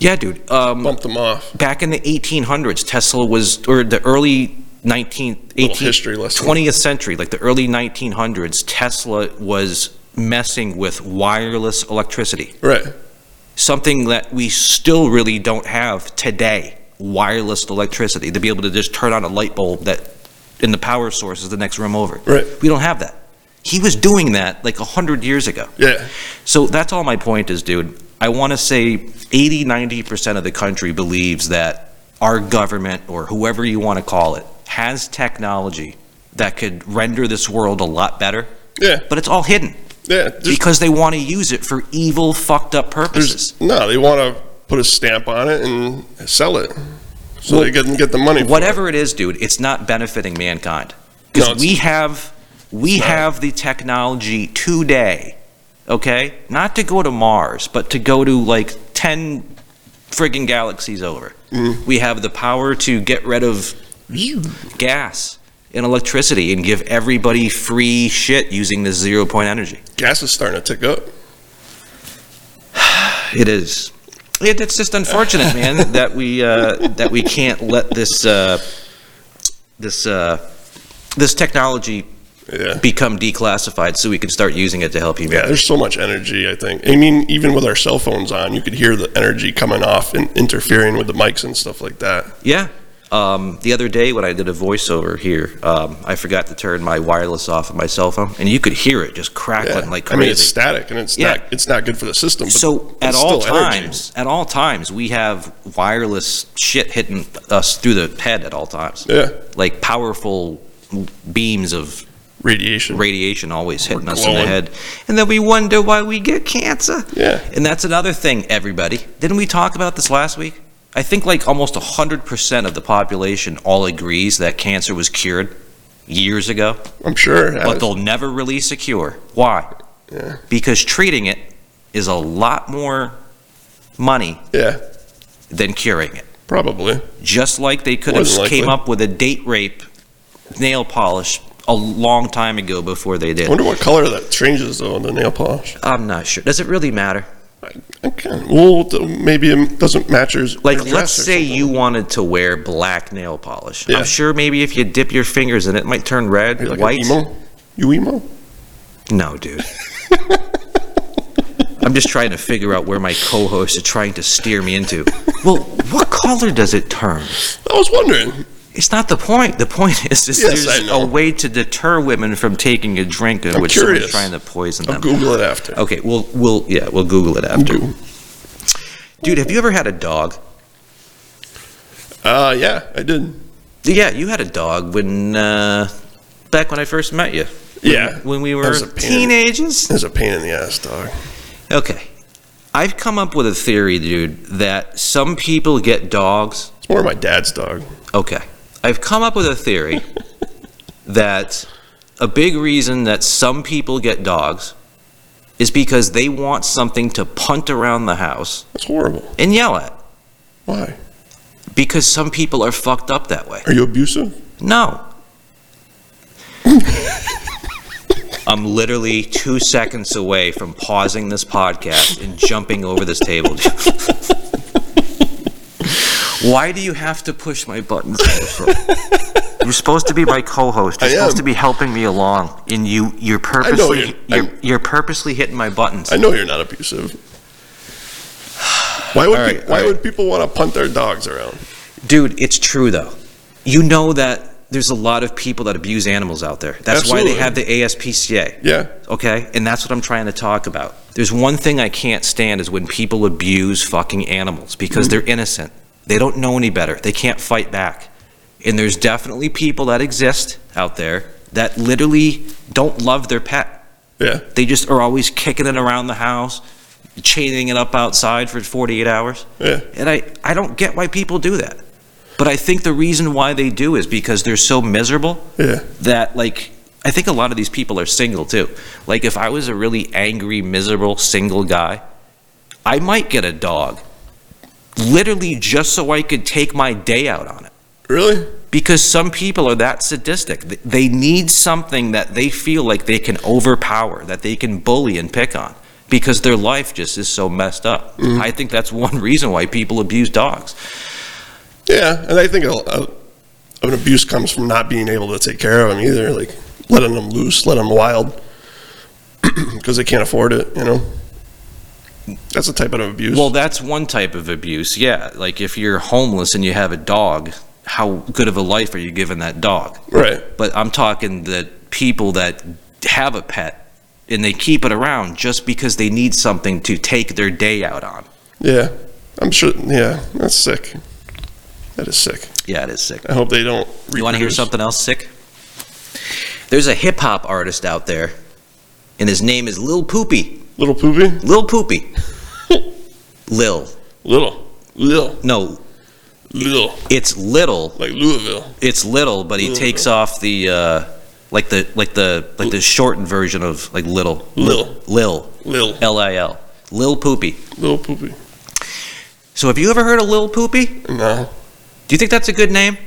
yeah, dude. Um,
bumped them off.
back in the 1800s, Tesla was, or the early 19th, 18th,
history lesson.
20th century, like the early 1900s, Tesla was messing with wireless electricity,
Right.
something that we still really don't have today. Wireless electricity to be able to just turn on a light bulb that in the power source is the next room over.
Right.
We don't have that. He was doing that like 100 years ago.
Yeah.
So that's all my point is, dude. I want to say 80, 90% of the country believes that our government, or whoever you want to call it, has technology that could render this world a lot better,
Yeah.
but it's all hidden
Yeah. There's,
because they want to use it for evil, fucked up purposes.
there's, no, they want to put a stamp on it and sell it, so they can get the money. for it.
Whatever it is, dude, it's not benefiting mankind.
No,
Because
it's-
we have, we
not.
have the technology today, okay? Not to go to Mars, but to go to like 10 friggin' galaxies over.
Mm.
We have the power to get rid of gas and electricity and give everybody free shit using this zero point energy.
Gas is starting to tick up.
It is. It, it's just unfortunate, man, that we uh, that we can't let this uh, this uh, this technology
Yeah.
become declassified so we can start using it to help you.
Yeah, there's so much energy. I think. I mean, even with our cell phones on, you could hear the energy coming off and interfering with the mics and stuff like that.
Yeah. Um, the other day when I did a voiceover here, um, I forgot to turn my wireless off of my cell phone, and you could hear it just
Yeah.
crackling like
I
crazy.
mean, it's static and it's
Yeah.
not it's not good for the system. But
so at
it's
all
still energy.
times, at all times, we have wireless shit hitting us through the head at all times.
Yeah.
like powerful beams of
Radiation.
radiation always hitting us in the
glowing.
head. And then we wonder why we get cancer.
Yeah.
And that's another thing, everybody. Didn't we talk about this last week? I think like almost 100% of the population all agrees that cancer was cured years ago,
I'm sure. it
but
has.
they'll never release a cure. Why?
Yeah.
Because treating it is a lot more money
Yeah.
than curing it.
Probably.
Just like they could
More
have
than likely.
came up with a date rape nail polish a long time ago before they did.
I wonder what color that changes though on the nail polish.
I'm not sure. Does it really matter?
I, I can't. Well, th- maybe it doesn't match your
Like,
your dress
let's
or
say
something.
you wanted to wear black nail polish.
Yeah.
I'm sure maybe if you dip your fingers in it, it might turn red,
You're like an
white.
emo. You emo?
No, dude. I'm just trying to figure out where my co-hosts are trying to steer me into. Well, what color does it turn?
I was wondering.
It's not the point. The point is, is
Yes, I
there's
know.
a way to deter women from taking a drink in
I'm
which someone's
curious.
trying to poison them.
I'll Google it after.
Okay, we'll we'll yeah, we'll Google it Oh, after.
Google.
Dude, have you ever had a dog?
Uh, yeah, I did.
Yeah, you had a dog when uh, back when I first met you.
Yeah.
When we
That
were
was a pain in-
teenagers.
It was a pain in the ass, dog.
Okay. I've come up with a theory, dude, that some people get dogs.
It's more my dad's dog.
Okay. I've come up with a theory that a big reason that some people get dogs is because they want something to punt around the house
That's horrible.
and yell at
Why?
because some people are fucked up that way.
Are you abusive?
No. I'm literally two seconds away from pausing this podcast and jumping over this table. Why do you have to push my buttons? Marshall? You're supposed to be my co-host. You're
I
supposed
am.
to be helping me along, and you you're
you're-
purposely
I-
you're, you're, purposely hitting my buttons.
I know you're not abusive. Why would
All
pe-
right,
why
all
would people want to punt their dogs around?
Dude, it's true though. You know that there's a lot of people that abuse animals out there. That's why
Absolutely.
they have the ASPCA.
Yeah.
okay? And that's what I'm trying to talk about. There's one thing I can't stand is when people abuse fucking animals because they're innocent. They don't know any better. They can't fight back. And there's definitely people that exist out there that literally don't love their pet.
Yeah.
They just are always kicking it around the house, chaining it up outside for 48 hours.
Yeah.
And I, I don't get why people do that. But I think the reason why they do is because they're so miserable
Yeah.
that like I think a lot of these people are single too. Like if I was a really angry, miserable single guy, I might get a dog. Literally just so I could take my day out on it.
Really?
Because some people are that sadistic. Th- They need something that they feel like they can overpower, that they can bully and pick on because their life just is so messed up. I think that's one reason why people abuse dogs.
Yeah. And I think a, a, an abuse comes from not being able to take care of them either. Like letting them loose, let them wild, because they can't afford it. You know. That's a type of abuse.
Well, that's one type of abuse, yeah. Like if you're homeless and you have a dog, how good of a life are you giving that dog?
right.
But I'm talking the people that have a pet and they keep it around just because they need something to take their day out on.
Yeah. I'm sure. Yeah. That's sick. That is sick.
Yeah, it is sick.
I hope they don't.
You want to hear
reproduce.
something else sick? There's a hip hop artist out there, and his name is Lil Poopy.
Little poopy.
Lil Poopy. Lil.
Little. Little.
No,
Little.
it's Little.
Like Louisville.
it's little, but he
Little.
takes off the uh, like the like the like the shortened version of like little
Lil.
lil
Lil.
l i l lil poopy.
Little poopy.
So have you ever heard of lil poopy? Do
No.
you think that's a good name?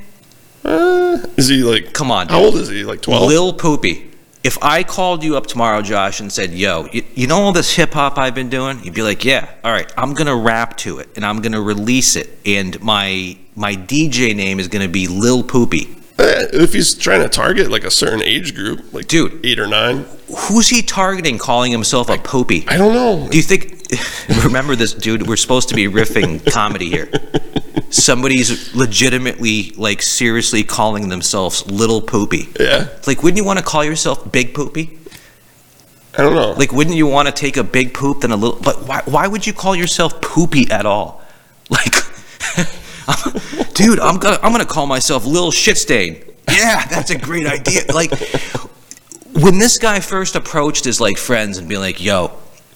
Uh, is he like?
Come on, dude.
How old is he? Like twelve.
lil poopy. If I called you up tomorrow, Josh, and said, "Yo, you, you know all this hip hop I've been doing," you'd be like, "Yeah, all right, I'm gonna rap to it and I'm gonna release it, and my my DJ name is gonna be Lil Poopy."
Eh, if he's trying to target like a certain age group, like
Dude.
eight or nine.
Who's he targeting, calling himself a poopy?
I don't know.
Do you think? Remember this, dude. We're supposed to be riffing comedy here. Somebody's legitimately, like, seriously calling themselves Little Poopy.
Yeah,
It's like, wouldn't you want to call yourself Big Poopy?
I don't know.
Like, wouldn't you want to take a big poop than a little? But why? Why would you call yourself Poopy at all? Like, dude, I'm gonna I'm gonna call myself Lil Shit Stain. Yeah, that's a great idea. Like, when this guy first approached his like friends and being like, "Yo,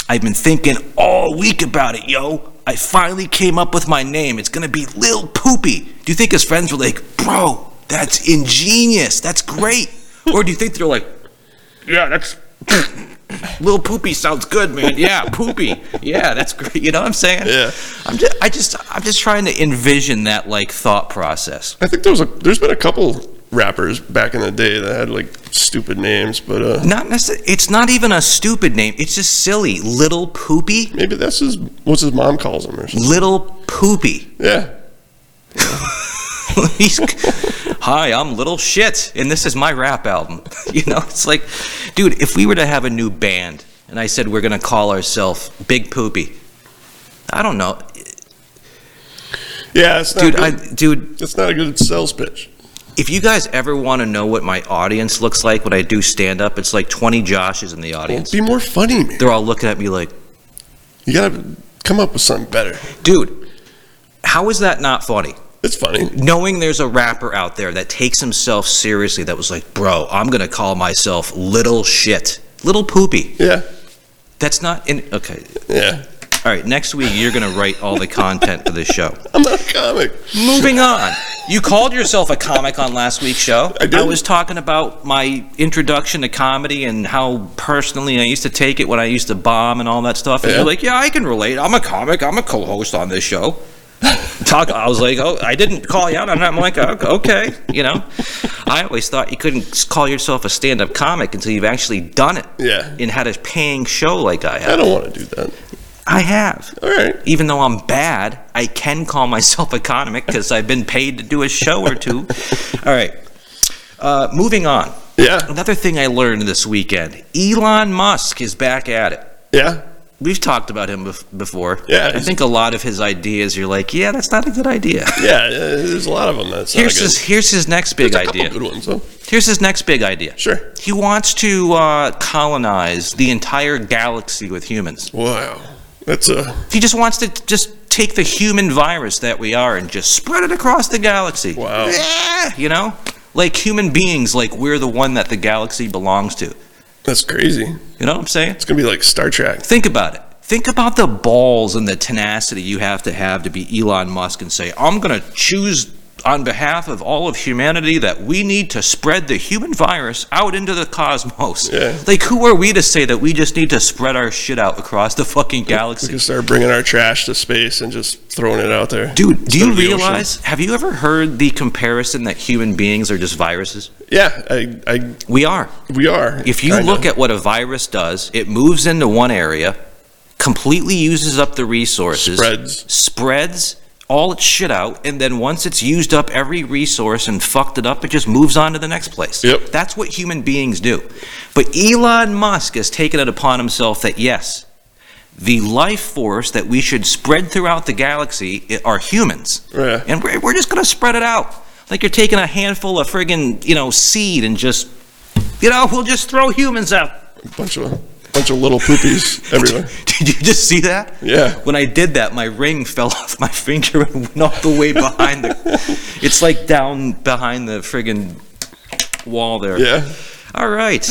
I've been thinking all week about it, yo. I finally came up with my name. It's gonna be Lil Poopy." Do you think his friends were like, "Bro, that's ingenious. That's great," or do you think they're like, "Yeah, that's." Lil Poopy sounds good, man. Yeah, Poopy. Yeah, that's great. You know what I'm saying?
Yeah.
I'm just, I just, I'm just trying to envision that like thought process.
I think there was a. There's been a couple rappers back in the day that had like stupid names, but uh,
Not necessarily. It's not even a stupid name. It's just silly. Little Poopy.
maybe that's his. What's his mom calls him or something.
Little Poopy.
Yeah,
He's- Hi, I'm Little Shit, and this is my rap album. you know, it's like, dude, if we were to have a new band, and I said we're going to call ourselves Big Poopy. I don't know,
Yeah, it's not
dude. I,
good.
dude,
it's not a good sales pitch.
if you guys ever want to know what my audience looks like when I do stand up, it's like 20 Joshes in the audience.
Oh, Be more funny, man.
They're all looking at me like,
You gotta come up with something better.
dude, how is that not funny?
It's funny.
knowing there's a rapper out there that takes himself seriously that was like, bro, I'm gonna call myself little shit, little poopy.
Yeah,
That's not in. Okay,
yeah.
all right. Next week you're gonna write all the content for this show.
I'm not a comic.
Moving on. You called yourself a comic on last week's show.
I did.
was talking about my introduction to comedy and how personally I used to take it when I used to bomb and all that stuff. And
Yeah.
you're like, yeah, I can relate. I'm a comic. I'm a co-host on this show. Talk. I was like, oh, I didn't call you out. And I'm like, "Oh, okay, you know. I always thought you couldn't call yourself a stand-up comic until you've actually done it
Yeah,
and had a paying show like I
I
have.
don't want to do that.
I have
All right.
even though I'm bad, I can call myself a comic because I've been paid to do a show or two. All right. Uh, moving on.
Yeah,
Another thing I learned this weekend Elon Musk is back at it.
yeah.
We've talked about him bef- before.
Yeah,
I
he's-
think a lot of his ideas, you're like, yeah, that's not a good idea.
Yeah, yeah, there's a lot of them. That's
Here's
not
his,
good.
here's his next big
There's a
idea.
couple good ones though.
Here's his next big idea.
Sure.
He wants to uh, colonize the entire galaxy with humans.
Wow, that's a
He just wants to just take the human virus that we are and just spread it across the galaxy.
Wow.
Yeah, you know? Like human beings, like we're the one that the galaxy belongs to. You
that's crazy.
know what I'm saying?
It's gonna be like Star Trek.
Think about it. Think about the balls and the tenacity you have to have to be Elon Musk and say, I'm going to choose on behalf of all of humanity that we need to spread the human virus out into the cosmos.
Yeah.
Like, who are we to say that we just need to spread our shit out across the fucking
We
galaxy?
can start bringing our trash to space and just throwing it out there.
Dude, do
Instead
you
of the ocean.
realize? Have you ever heard the comparison that human beings are just viruses?
Yeah, I, I,
We are.
we are.
If you
kinda.
look at what a virus does, it moves into one area, completely uses up the resources,
spreads,
spreads all its shit out, and then once it's used up every resource and fucked it up, it just moves on to the next place.
Yep.
That's what human beings do. But Elon Musk has taken it upon himself that yes, the life force that we should spread throughout the galaxy i- are humans.
Yeah.
And we're, we're just going to spread it out. Like you're taking a handful of friggin', you know, seed and just, you know, we'll just throw humans out.
a bunch of bunch of little poopies everywhere.
Did you just see that?
Yeah.
When I did that, my ring fell off my finger and went all the way behind the. It's like down behind the friggin' wall there.
Yeah,
All right.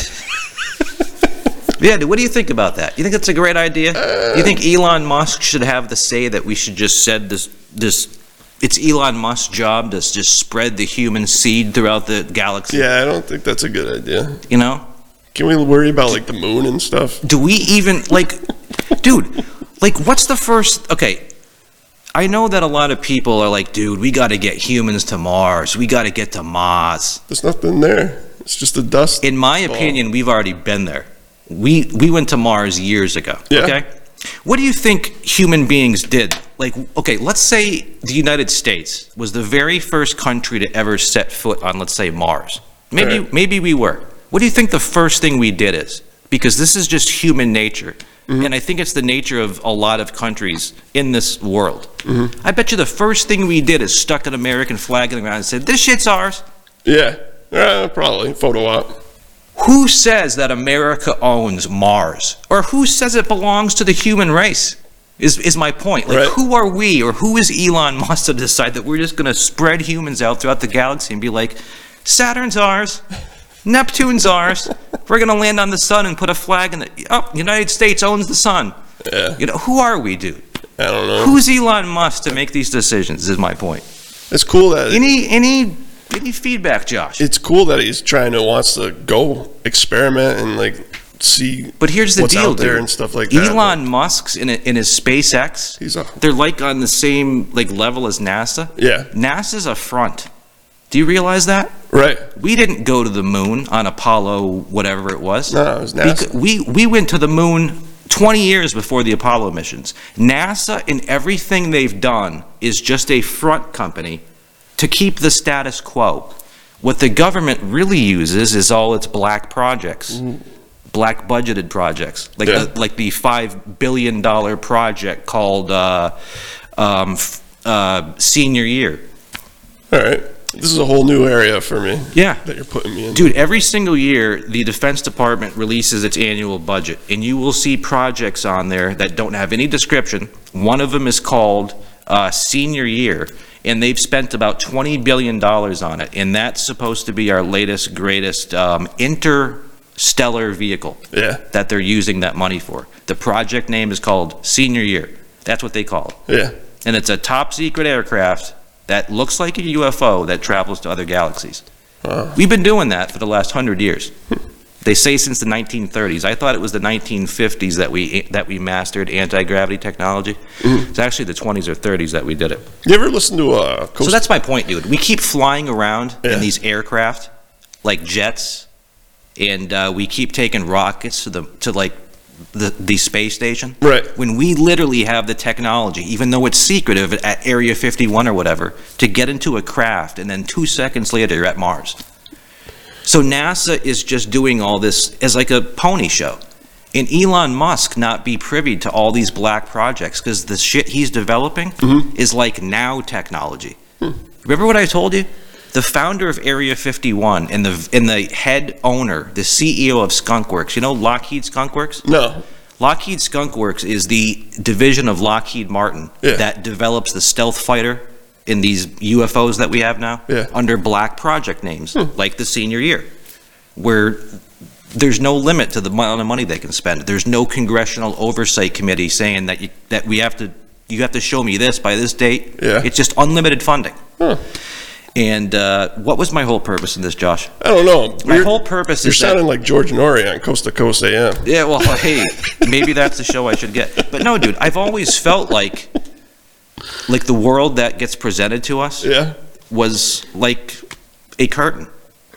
yeah, dude, what do you think about that? You think that's a great idea?
Uh,
you think Elon Musk should have the say that we should just said this this it's Elon Musk's job to just spread the human seed throughout the galaxy,
yeah. I don't think that's a good idea.
you know?
Can we worry about like the moon and stuff?
do we even like dude like what's the first okay i know that a lot of people are like dude we got to get humans to mars we got to get to mars
There's nothing there. It's just the dust.
in my
Well-
opinion we've already been there we we went to mars years ago
Yeah.
okay what do you think human beings did like okay let's say the united states was the very first country to ever set foot on let's say mars maybe
Right.
maybe we were what do you think the first thing we did is because this is just human nature
Mm-hmm.
and i think it's the nature of a lot of countries in this world
Mm-hmm.
i bet you the first thing we did is stuck an american flag in the ground and said this shit's ours
Yeah, uh, probably photo op.
who says that America owns Mars? Or who says it belongs to the human race? Is, is my point. Like,
Right.
who are we, or who is Elon Musk to decide that we're just going to spread humans out throughout the galaxy and be like, Saturn's ours, Neptune's ours, we're going to land on the sun and put a flag in the. Oh, United States owns the sun.
Yeah,
You know, who are we, dude?
I don't know.
Who's Elon Musk to make these decisions, is my point.
It's cool that
Any, any, any feedback, Josh?
it's cool that he's trying to wants to go experiment and like see.
But here's the
what's
deal,
out there
dude.
and stuff like that.
Elon Musk's in, in his SpaceX.
He's a-
they're like on the same like level as NASA.
Yeah.
NASA's a front. Do you realize that
Right.
we didn't go to the moon on Apollo whatever it was?
No, it was
Beca-
NASA.
we we went to the moon 20 years before the Apollo missions. NASA and everything they've done is just a front company to keep the status quo. What the government really uses is all its black projects. black budgeted projects, like
Yeah.
the, like the five billion dollar project called uh, um, f- uh, Senior Year.
All right. This is a whole new area for me
Yeah.
that you're putting me in.
Dude, every single year, the Defense Department releases its annual budget, and you will see projects on there that don't have any description. One of them is called uh, Senior Year, and they've spent about $20 billion on it, and that's supposed to be our latest, greatest um, interstellar vehicle
Yeah.
that they're using that money for. The project name is called Senior Year. That's what they call it.
Yeah.
And it's a top secret aircraft that looks like a UFO that travels to other galaxies.
Wow.
We've been doing that for the last hundred years. They say since the 1930s. I thought it was the 1950s that we that we mastered anti-gravity technology. It's actually the 20s or 30s that we did it.
You ever listen to uh, Coast?
So that's my point, dude. We keep flying around
Yeah.
in these aircraft, like jets, and uh, we keep taking rockets to the to like the, the space station.
Right.
When we literally have the technology, even though it's secretive at Area 51 or whatever, to get into a craft and then two seconds later you're at Mars. So NASA is just doing all this as like a pony show. And Elon Musk not be privy to all these black projects because the shit he's developing is like now technology. Remember what I told you? The founder of Area 51 and the and the head owner, the CEO of Skunkworks. You know Lockheed Skunkworks?
no.
Lockheed Skunk Works is the division of Lockheed Martin
Yeah.
that develops the stealth fighter in these UFOs that we have now
Yeah. Hmm.
under black project names, like the senior year, where there's no limit to the amount of money they can spend. There's no congressional oversight committee saying that you, that we have to you have to show me this by this date.
Yeah. Hmm.
It's just unlimited funding.
Huh.
And uh, what was my whole purpose in this, Josh?
I don't know.
My
You're-
whole purpose
You're
is that
sounding like George Nori on Coast to Coast AM.
Yeah, well, hey, maybe that's the show I should get. But no, dude, I've always felt like like the world that gets presented to us
Yeah.
was like a curtain,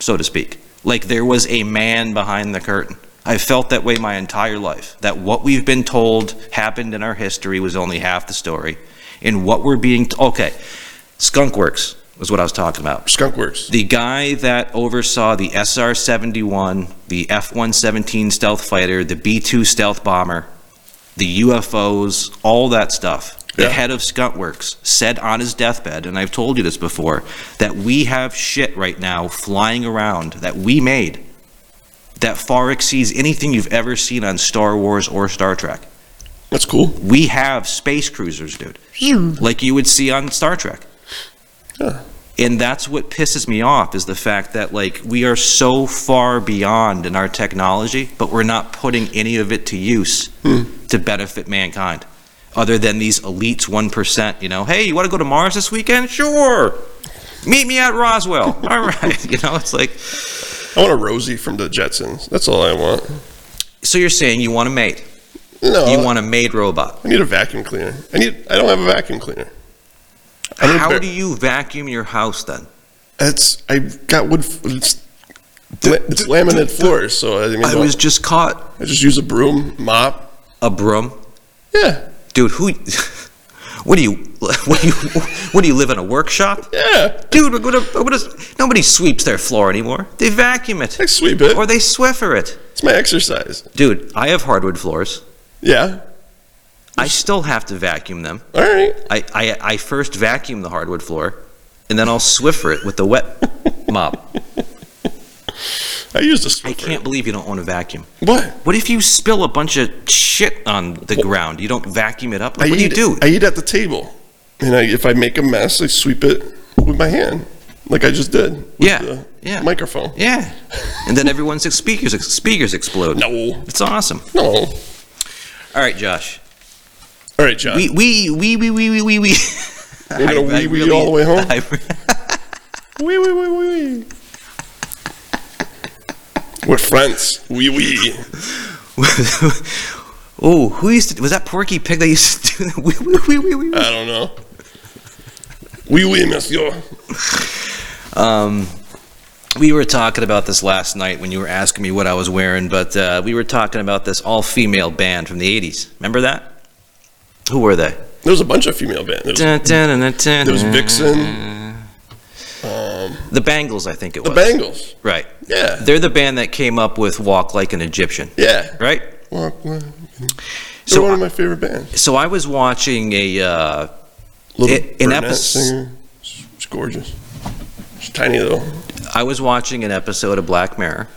so to speak. Like there was a man behind the curtain. I felt that way my entire life. That what we've been told happened in our history was only half the story, and what we're being t- okay. Skunkworks was what I was talking about
Skunk Works.
the guy that oversaw the SR 71, the F 117 stealth fighter, the B 2 stealth bomber, the UFOs, all that stuff,
Yeah.
the head of Skuntworks said on his deathbed, and I've told you this before, that we have shit right now flying around that we made that far exceeds anything you've ever seen on Star Wars or Star Trek.
That's cool.
We have space cruisers, dude like you would see on Star Trek.
Yeah.
And that's what pisses me off is the fact that like we are so far beyond in our technology, but we're not putting any of it to use to benefit mankind, other than these elites one percent. You know, hey, you want to go to Mars this weekend? Sure. Meet me at Roswell. All right. You know, it's like
I want a Rosie from the Jetsons. That's all I want.
so you're saying you want a maid.
No.
You want a maid robot.
I need a vacuum cleaner. I need. I don't have a vacuum cleaner. I need a
How
ba-
do you vacuum your house then?
It's. I got wood. f- It's, la- it's laminate floors, so I mean,
I
don't-
was just caught
I just use a broom, mop.
a broom.
Yeah.
dude who what do you what do you what do you live in a workshop
Yeah.
dude we're gonna, we're gonna nobody sweeps their floor anymore they vacuum it
I sweep it.
or they swiffer it
It's my exercise.
dude i have hardwood floors
Yeah.
i still have to vacuum them
All right.
i i, I first vacuum the hardwood floor and then i'll swiffer it with the wet mop
I used a
i
Swiffer.
can't believe you don't own a vacuum
What?
what if you spill a bunch of shit on the ground you don't vacuum it up
I
like, what do you
eat,
do
I eat at the table, and I, if I make a mess, I sweep it with my hand, like I just did. With
Yeah,
the
yeah.
Microphone.
yeah and then everyone's ex- speakers ex- speakers explode
No.
it's awesome
No. All
all right josh
right, John.
We we we we we we we we.
We're gonna
I- I
wee wee all the way home.
I,
Wee wee wee wee. wee. We're friends. Wee wee.
oh, who used to? Was that Porky Pig that used to do that? Wee, wee, wee, wee, wee.
I don't know. Wee wee, monsieur.
Um, we were talking about this last night when you were asking me what I was wearing, but uh, we were talking about this all-female band from the '80s. Remember that? Who were they?
There was a bunch of female bands. There was,
Dun, dun, dun, dun, dun,
there was
dun.
Vixen. Um,
The Bangles, I think it
The
was.
Bengals.
Right.
Yeah.
They're the band that came up with Walk Like an Egyptian,
Yeah.
right?
Walk, walk. They're
So
one of
I-
my favorite bands.
So I was watching a uh,
Little
It- an
Burnett
epis-
singer. She's gorgeous. She's tiny though.
I was watching an episode of Black Mirror,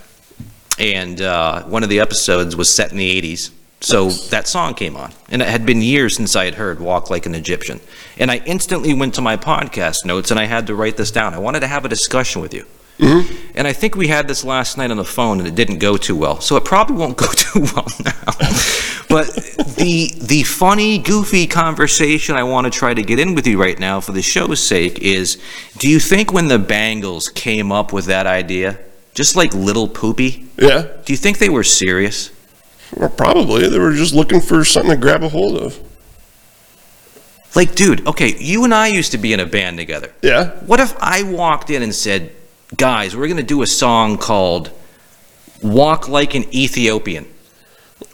and uh, one of the episodes was set in the 80s. So that song came on, and it had been years since I had heard Walk Like an Egyptian. And I instantly went to my podcast notes and I had to write this down. I wanted to have a discussion with you.
Mm-hmm.
And I think we had this last night on the phone, and it didn't go too well. So it probably won't go too well now. but the the funny, goofy conversation I want to try to get in with you right now, for the show's sake, is: Do you think when the Bangles came up with that idea, just like Little Poopy,
Yeah.
do you think they were serious?
Well, probably they were just looking for something to grab a hold of.
Like, dude, okay, you and I used to be in a band together.
Yeah.
What if I walked in and said, guys, we're going to do a song called Walk Like an Ethiopian?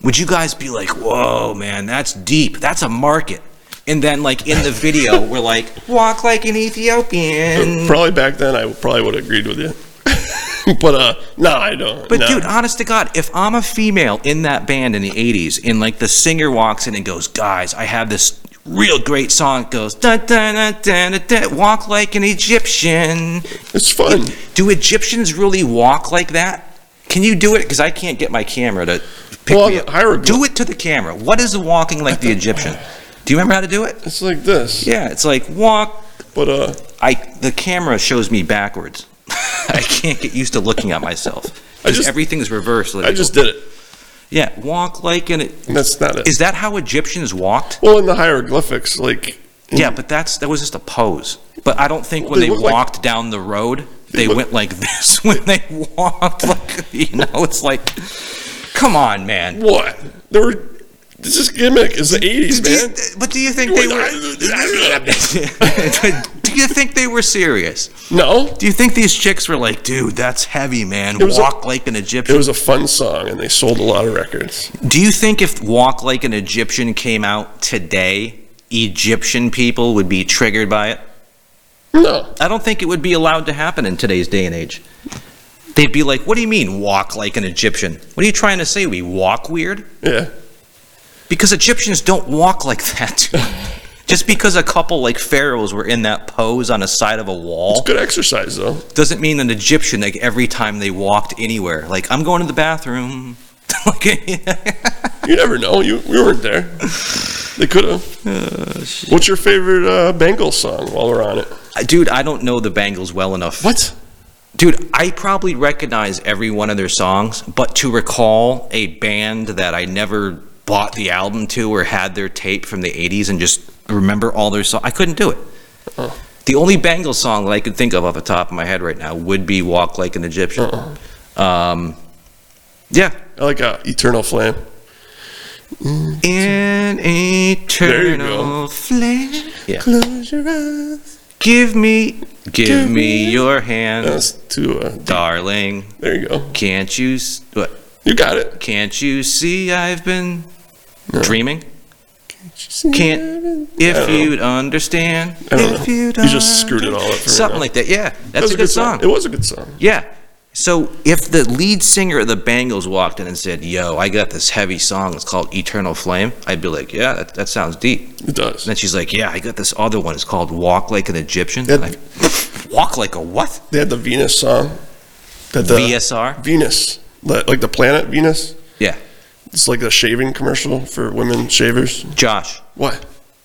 Would you guys be like, whoa, man, that's deep. That's a market. And then, like, in the video, we're like, walk like an Ethiopian.
Probably back then, I probably would have agreed with you. but uh, no, I don't.
But,
no.
dude, honest to God, if I'm a female in that band in the 80s and, like, the singer walks in and goes, guys, I have this real great song, it goes, da, da, da, da, da, da, walk like an Egyptian.
it's fun.
Do Egyptians really walk like that? Can you do it? Because I can't get my camera to pick
Well,
me up.
hieroglyph-
Do it to the camera. What is walking like the Egyptian? Do you remember how to do it?
It's like this.
Yeah, it's like walk.
But uh,
I the camera shows me backwards. I can't get used to looking at myself.
I
Just,
just-
everything's reversed.
I just did it.
yeah, walk like an.
And that's not it.
Is that how Egyptians walked?
well, in the hieroglyphics, like in-
Yeah, but that's that was just a pose. But I don't think when
They
they
look like-
walked down the road, they
look-
went like this when they walked. Like you know, it's like, come on, man.
what? There were. This is gimmick. It's the eighties,
Do you-
man.
but do you think they were? do you think they were serious?
no,
Do you think these chicks were like, dude, that's heavy, man.
was a-
Walk like an
it
Egyptian.
was a fun song, and they sold a lot of records.
do you think if Walk Like an Egyptian came out today, Egyptian people would be triggered by it?
No,
I don't think it would be allowed to happen in today's day and age. They'd be like, what do you mean walk like an Egyptian? What are you trying to say? We walk weird?
yeah,
Because Egyptians don't walk like that. dude. Just because a couple like pharaohs were in that pose on the side of a
it's
wall
good exercise though.
doesn't mean an Egyptian like every time they walked anywhere. Like I'm going to the bathroom. like,
You never know. You we weren't there. They could have. What's your favorite uh, Bengals song? While we're on it,
dude, I don't know the Bangles well enough.
what?
Dude, I probably recognize every one of their songs, but to recall a band that I never bought the album to or had their tape from the 80s and just remember all their songs, I couldn't do it. The only Bangles song that I could think of off the top of my head right now would be Walk Like an Egyptian. Um, yeah.
I like uh, Eternal Flame.
In eternal
go.
flame. Yeah.
Close your eyes.
Give me, give
Give
me
me-
your hand,
That's too. Uh,
darling.
there you go.
Can't you, s- what?
You got it.
Can't you see I've been
No.
dreaming? Can't
Can't. I
if
don't know.
you'd understand.
I don't
If
know.
you'd
You just screwed it all up for me
Something
now.
like that. Yeah, that's,
That was
a good song.
It was a good song.
Yeah. So if the lead singer of the Bangles walked in and said, "Yo, I got this heavy song. It's called Eternal Flame," I'd be like, "Yeah, that, that sounds deep." And
It does.
then she's like, "Yeah, I got this other one. It's called Walk Like an Egyptian."
That-
Like, walk like a what?
They had the Venus song. That the
VSR?
Venus, li- like the planet Venus.
Yeah,
It's like a shaving commercial for women shavers.
Josh.
What?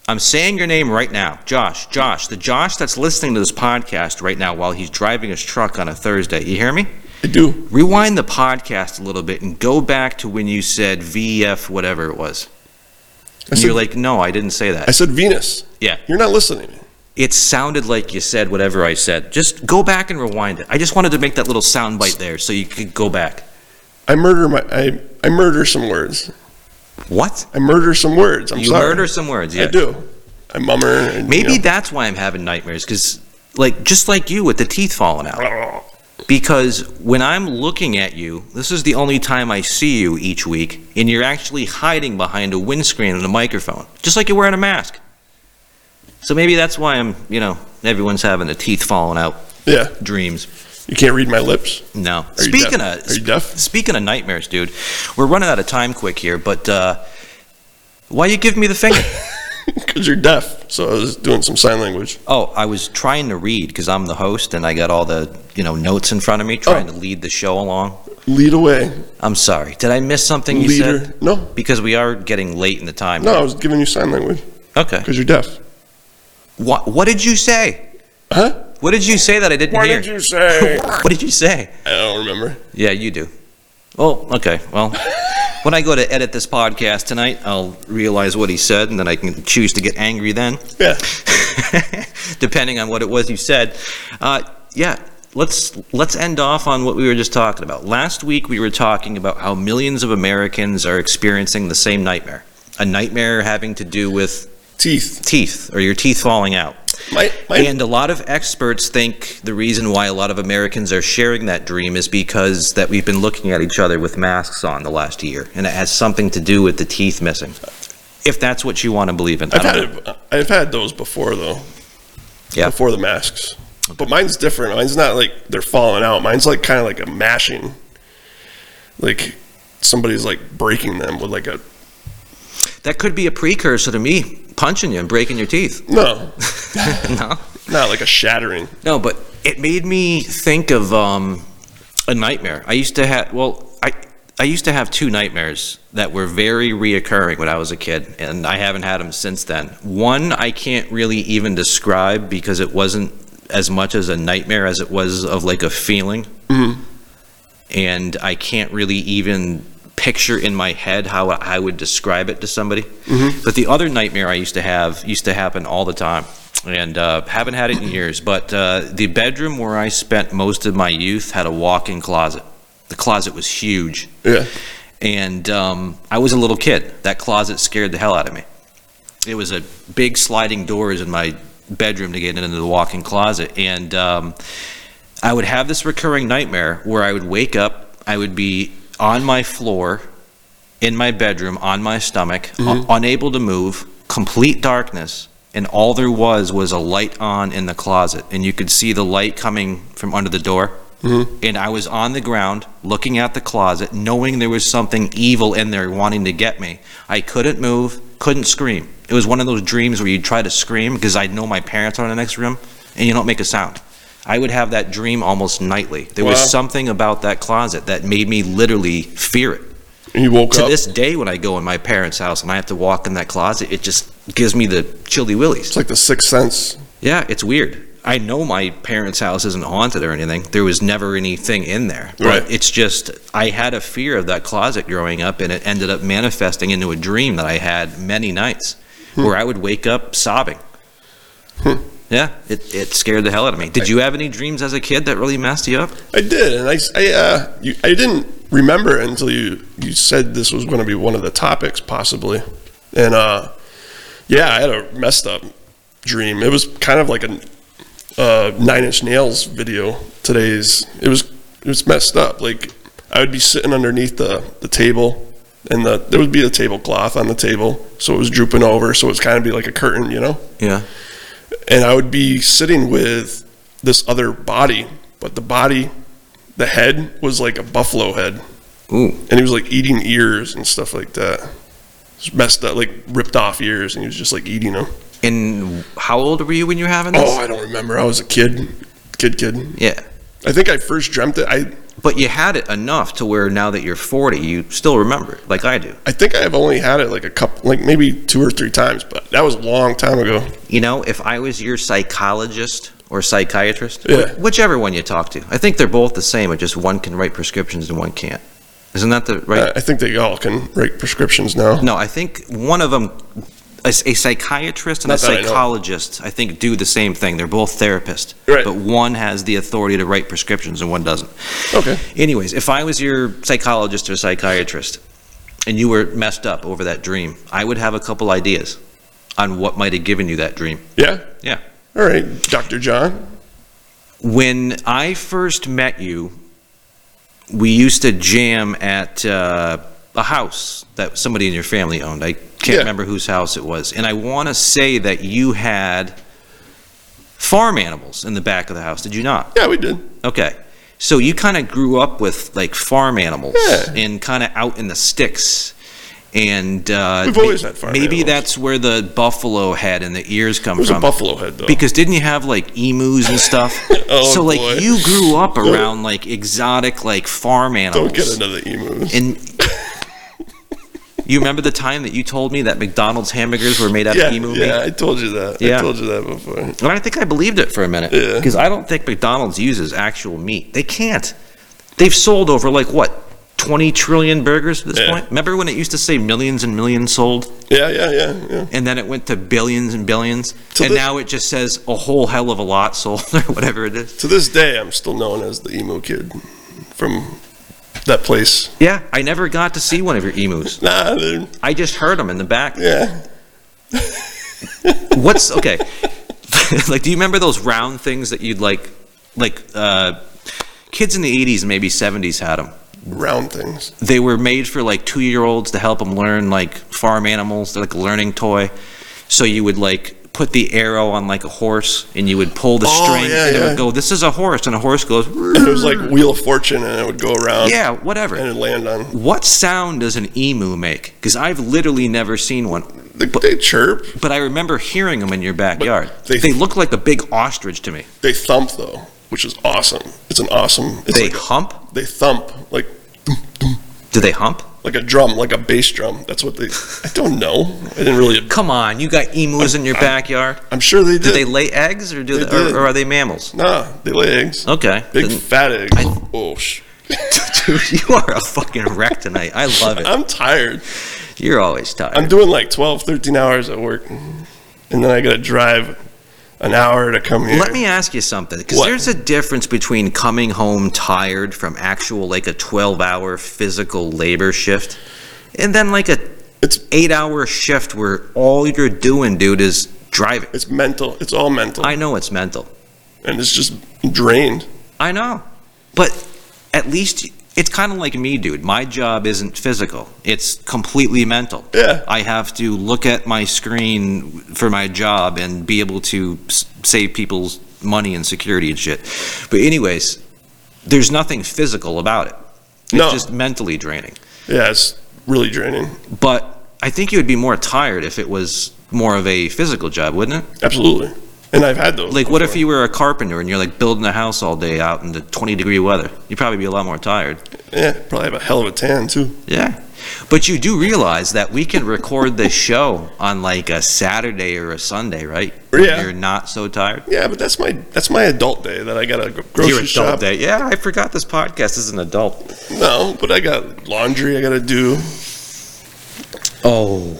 I'm saying your name right now. Josh, Josh, the Josh that's listening to this podcast right now while he's driving his truck on a Thursday. You hear me?
I do.
Rewind the podcast a little bit and go back to when you said VF whatever it was.
I
And you're
said,
like, no, I didn't say
I
that.
said Venus.
Yeah.
You're not listening.
It sounded like you said whatever I said. Just go back and rewind it. I just wanted to make that little sound bite there so you could go back.
I murder my. I I murder some words.
What?
I murder some words. I'm
You
sorry.
murder some words. Yeah.
I do. I mummer. And,
Maybe
you know,
that's why I'm having nightmares because, like, just like you with the teeth falling out. because when I'm looking at you, this is the only time I see you each week, and you're actually hiding behind a windscreen and a microphone, just like you're wearing a mask. So maybe that's why I'm, you know, everyone's having the teeth falling out.
Yeah,
dreams.
you can't read my lips.
No.
Are you
speaking
deaf?
of
Are you deaf?
speaking of nightmares, dude, we're running out of time quick here, but uh, why you give me the finger?
Because you're deaf. So I was doing some sign language.
oh, I was trying to read because I'm the host and I got all the you know notes in front of me, trying
Oh.
to lead the show along.
Lead away,
I'm sorry. Did I miss something you
leader.
said?
No,
Because we are getting late in the time.
no, I was giving you sign language
Okay.
because you're deaf.
What, what did you say?
Huh?
What did you say that I didn't
What
hear?
did you say?
what did you say?
I don't remember.
Yeah, you do. Oh, okay. Well, when I go to edit this podcast tonight, I'll realize what he said, and then I can choose to get angry then,
Yeah.
depending on what it was you said. Uh, yeah, let's let's end off on what we were just talking about. Last week we were talking about how millions of Americans are experiencing the same nightmare, a nightmare having to do with
Teeth.
teeth or your teeth falling out.
My, my,
And a lot of experts think the reason why a lot of Americans are sharing that dream is because that we've been looking at each other with masks on the last year, and it has something to do with the teeth missing. If that's what you want to believe in, I
I've
don't
had
know.
it, I've had those before though.
Yeah.
Before the masks. But mine's different. Mine's not like they're falling out. Mine's like kind of like a mashing. Like somebody's like breaking them with like a
that could be a precursor to me punching you and breaking your teeth.
no,
no,
not like a shattering.
no, but it made me think of um, a nightmare. I used to have well, I. I used to have two nightmares that were very reoccurring when I was a kid, and I haven't had them since then. One I can't really even describe because it wasn't as much as a nightmare as it was of like a feeling. And I can't really even picture in my head how I would describe it to somebody. But the other nightmare I used to have used to happen all the time. And uh, haven't had it in years, but uh, the bedroom where I spent most of my youth had a walk-in closet. The closet was huge,
Yeah.
and um, I was a little kid. That closet scared the hell out of me. It was a big sliding doors in my bedroom to get into the walk-in closet, and um, I would have this recurring nightmare where I would wake up, I would be on my floor, in my bedroom, on my stomach, un- unable to move, complete darkness, and all there was was a light on in the closet, and you could see the light coming from under the door and I was on the ground looking at the closet, knowing there was something evil in there wanting to get me. I couldn't move, couldn't scream. It was one of those dreams where you try to scream because I know my parents are in the next room and you don't make a sound. I would have that dream almost nightly. There
Wow.
was something about that closet that made me literally fear it.
And you woke
To
up.
this day, when I go in my parents' house and I have to walk in that closet, it just gives me the chilly willies.
it's like the sixth sense.
Yeah, it's weird. I know my parents' house isn't haunted or anything. There was never anything in there. But
Right.
it's just I had a fear of that closet growing up and it ended up manifesting into a dream that I had many nights
Hmm.
where I would wake up sobbing. Yeah, it, it scared the hell out of me. Did you have any dreams as a kid that really messed you up?
I did, and I, s- I, uh, you, I didn't remember it until you, you said this was going to be one of the topics, possibly. And uh, yeah, I had a messed up dream. It was kind of like a uh, Nine Inch Nails video. Today's it was it was messed up. Like I would be sitting underneath the the table, and the there would be a tablecloth on the table, so it was drooping over, so it's kind of be like a curtain, you know
Yeah.
and I would be sitting with this other body, but the body, the head was like a buffalo head,
Ooh.
and he was like eating ears and stuff like that. Just messed up, like ripped off ears, and he was just like eating them.
And how old were you when you were having this?
Oh, I don't remember. I was a kid, kid, kid.
Yeah.
I think I first dreamt it. I,
But you had it enough to where now that you're 40, you still remember it, like I do.
I think I've only had it like a couple, like maybe two or three times, but that was a long time ago.
You know, if I was your psychologist or psychiatrist,
Yeah.
wh- whichever one you talk to, I think they're both the same. It just one can write prescriptions and one can't. Isn't that the right?
I, I think they all can write prescriptions now.
no, I think one of them, a, s- a psychiatrist and a
Not that I know.
psychologist, I, think do the same thing. They're both therapists,
Right.
but one has the authority to write prescriptions and one doesn't.
Okay.
Anyways, if I was your psychologist or psychiatrist, and you were messed up over that dream, I would have a couple ideas on what might have given you that dream.
Yeah.
Yeah.
All right, Doctor John.
When I first met you, we used to jam at uh, a house that somebody in your family owned. I can't
Yeah.
remember whose house it was. And I want to say that you had farm animals in the back of the house. Did you not?
Yeah, we did.
Okay. So you kind of grew up with like farm animals
Yeah.
and kind of out in the sticks. And uh,
We've always had farm
maybe
animals.
that's where the buffalo head and the ears come
It was
from.
a buffalo head though.
Because didn't you have like emus and stuff?
Oh,
so like
boy.
you grew up around like exotic like farm animals.
Don't get another emus.
And you remember the time that you told me that McDonald's hamburgers were made out
yeah,
of emu meat?
yeah, I told you that.
Yeah.
I told you that before.
And I think I believed it for a minute
Yeah.
because I don't think McDonald's uses actual meat. They can't. They've sold over like what 20 trillion burgers at this
Yeah.
point. Remember when it used to say millions and millions sold,
Yeah, yeah, yeah, yeah.
and then it went to billions and billions,
So
and
this-
now it just says a whole hell of a lot sold or whatever it is.
To this day, I'm still known as the emu kid from that place.
Yeah, I never got to see one of your emus.
Nah, they're-
I just heard them in the back.
yeah.
What's okay? like, do you remember those round things that you'd like, like uh, kids in the '80s, maybe '70s had them.
Round things.
They were made for like two-year-olds to help them learn like farm animals. They're like a learning toy. So you would like put the arrow on like a horse, and you would pull the
Oh,
string,
yeah,
and it
yeah.
would go. This is a horse, and a horse goes.
It was like Wheel of Fortune, and it would go around.
Yeah, whatever.
And it'd land on.
what sound does an emu make? Because I've literally never seen one.
They, they chirp.
But I remember hearing them in your backyard.
they-
They, look like a big ostrich to me.
They thump though, which is awesome. It's an awesome. It's
They
like
hump.
they thump like
Do they hump?
like a drum, like a bass drum. That's what they. I don't know. I didn't really.
Come on, you got emus in your backyard.
I'm sure they
Do
did.
they lay eggs, or do
They
they, or-
did.
or, are they mammals?
nah, they lay eggs.
Okay.
Big
Then-
fat eggs.
I-
oh sh.
Dude, you are a fucking wreck tonight. I love it.
I'm tired.
You're always tired.
I'm doing like 12, 13 hours at work, and then I gotta drive an hour to come here.
Let me ask you something, because
What?
there's a difference between coming home tired from actual like a 12-hour physical labor shift, and then like a
It's
eight-hour shift where all you're doing, dude, is driving.
it's mental. It's all mental,
I know it's mental.
and it's just drained.
I know. But at least it's kind of like me, dude. My job isn't physical, it's completely mental.
Yeah.
I have to look at my screen for my job and be able to s- save people's money and security and shit. But, anyways, there's nothing physical about it. It's
No.
just mentally draining.
Yeah, it's really draining.
But I think you would be more tired if it was more of a physical job, wouldn't it?
Absolutely. And I've had those.
Like, what if
before.
you were a carpenter and you're like building a house all day out in the 20 degree weather? You'd probably be a lot more tired.
Yeah, probably have a hell of a tan too.
Yeah. But you do realize that we can record this show on like a Saturday or a Sunday, right? When
Yeah.
You're not so tired.
Yeah, but that's my that's my adult day that I got to grocery
You're adult
shop.
day. Yeah, I forgot this podcast is an adult.
No, but I got laundry I got to do.
Oh.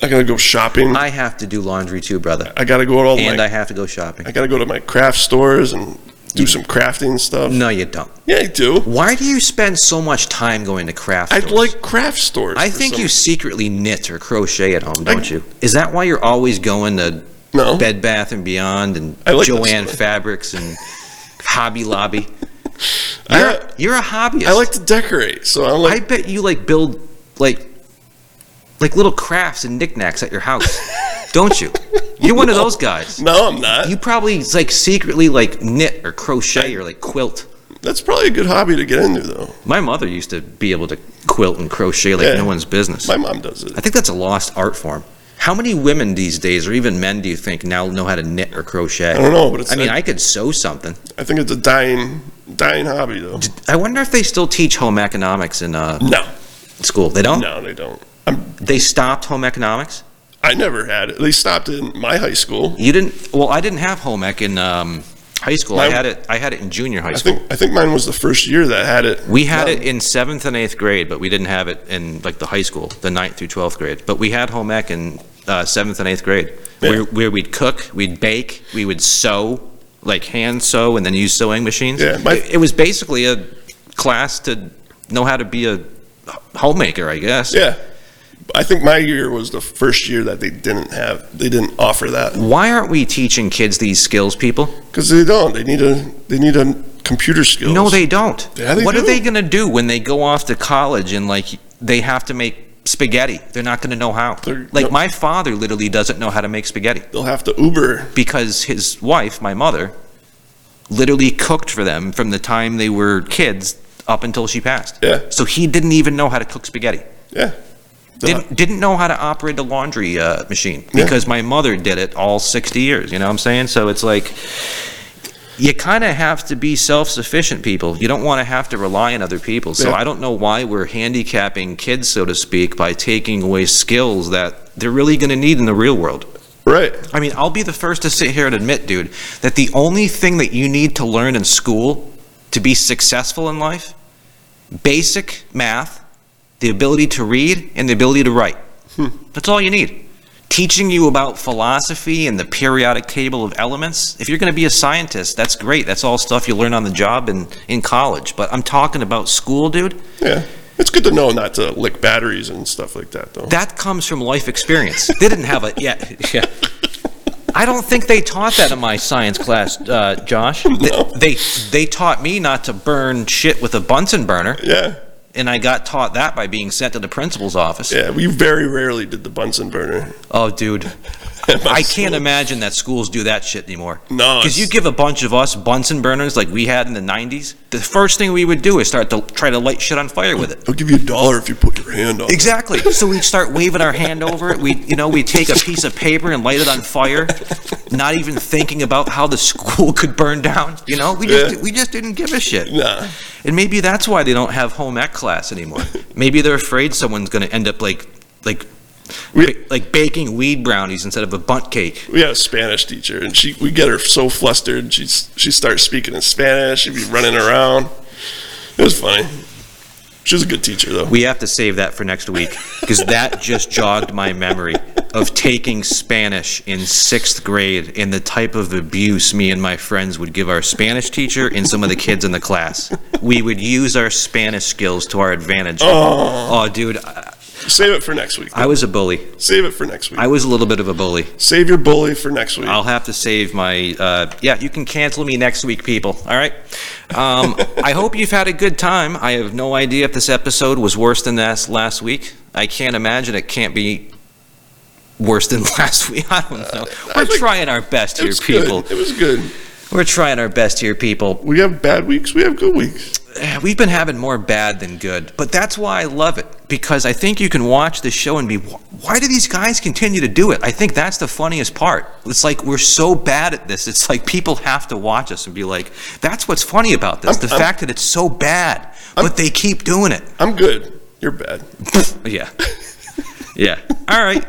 I got to go shopping. I,
I have to do laundry too, brother.
got to go to all
And
Oh my
I have to go shopping.
I got to go to my craft stores and do some crafting stuff.
No, you don't.
Yeah, I do.
Why do you spend so much time going to craft
I
stores?
like craft stores.
I
for
think
some-
you secretly knit or crochet at home,
I-
don't you? Is that why you're always going to
No.
Bed Bath and Beyond and
I like that
Joanne
story.
Fabrics and Hobby Lobby?
I-
You're, you're a hobbyist.
I like to decorate, so I'm
I
like
bet you like build like like little crafts and knickknacks at your house, don't you? You're one of those guys.
no, I'm not.
You probably like secretly like knit or crochet or like quilt.
That's probably a good hobby to get into, though.
My mother used to be able to quilt and crochet like
Yeah.
no one's business.
My mom does it.
I think that's a lost art form. How many women these days, or even men, do you think now know how to knit or crochet?
I don't know, but it's
I mean,
I,
I could sew something.
think it's a dying dying hobby though.
I wonder if they still teach home economics in uh,
No,
school. They don't.
no, they don't. I'm,
They stopped home economics.
I never had it. They stopped it in my high school.
You didn't. Well, I didn't have home ec in um, high school. I
My-
had it. I had it in junior high
I
school.
think I think mine was the first year that had it.
We had
No.
it in seventh and eighth grade, but we didn't have it in like the high school, the ninth through twelfth grade. But we had home ec in uh, seventh and eighth grade,
Yeah.
where, where we'd cook, we'd bake, we would sew, like hand sew, and then use sewing machines.
Yeah, my-
it, it was basically a class to know how to be a homemaker, I guess.
Yeah, I think my year was the first year that they didn't have they didn't offer that
Why aren't we teaching kids these skills, people?
because they don't. They need a they need a computer skills.
No, they don't.
Yeah, they
what are
do.
they going to do when they go off to college and like they have to make spaghetti. They're not going to know how.
They're-
like
no.
my father literally doesn't know how to make spaghetti
They'll have to Uber.
because his wife, my mother, literally cooked for them from the time they were kids up until she passed.
Yeah.
So he didn't even know how to cook spaghetti.
Yeah. They'll-
Didn't, didn't know how to operate the laundry uh, machine
Yeah.
because my mother did it all 60 years. You know what I'm saying? So it's like you kind of have to be self sufficient, people. You don't want to have to rely on other people. So
Yeah.
I don't know why we're handicapping kids, so to speak, by taking away skills that they're really going to need in the real world.
right.
I mean, I'll be the first to sit here and admit, dude, that the only thing that you need to learn in school to be successful in life basic math, the ability to read, and the ability to write. That's all you need. Teaching you about philosophy and the periodic table of elements. If you're going to be a scientist, that's great. That's all stuff you learn on the job and in college. But I'm talking about school, dude.
Yeah. It's good to know not to lick batteries and stuff like that, though.
That comes from life experience. They didn't have a yeah. yeah. I don't think they taught that in my science class, uh, Josh. They,
No.
they they taught me not to burn shit with a Bunsen burner,
yeah.
and I got taught that by being sent to the principal's office.
Yeah. We very rarely did the Bunsen burner.
Oh, dude,
at my
I
school.
can't imagine that schools do that shit anymore.
No,
because you
it's-
give a bunch of us Bunsen burners like we had in the '90s, the first thing we would do is start to try to light shit on fire with it.
I'll give you a dollar if you put your hand on. it.
Exactly. So we'd start waving our hand over it. We, you know, we'd take a piece of paper and light it on fire, not even thinking about how the school could burn down. You know, we just,
Yeah.
we just didn't give a shit.
Nah.
And maybe that's why they don't have home ec class anymore. Maybe they're afraid someone's going to end up like, like,
We-
ba- like baking weed brownies instead of a bunt cake.
We had a Spanish teacher, and she we get her so flustered. She she starts speaking in Spanish. She'd be running around. It was funny. She was a good teacher, though.
We have to save that for next week because that just jogged my memory of taking Spanish in sixth grade and the type of abuse me and my friends would give our Spanish teacher and some of the kids in the class. We would use our Spanish skills to our advantage. Oh, dude, I,
Save it for next week.
I was a bully.
Save it for next week.
I was a little bit of a bully.
Save your bully for next week.
I'll have to save my. Uh, yeah, you can cancel me next week, people. All right. Um, I hope you've had a good time. I have no idea if this episode was worse than this last week. I can't imagine it can't be worse than last week. I don't know.
Uh, I
We're
think-
trying our best
it
here,
was good.
people.
It was good.
We're trying our best here, people.
We have bad weeks. We have good weeks.
Eh, We've been having more bad than good, but that's why I love it because I think you can watch the show and be, "Wh- why do these guys continue to do it? I think that's the funniest part. It's like we're so bad at this. It's like people have to watch us and be like, that's what's funny about this.
I'm-
the
I'm-
fact that it's so bad, but they keep doing it.
I'm good. You're bad.
Yeah. Yeah. All right.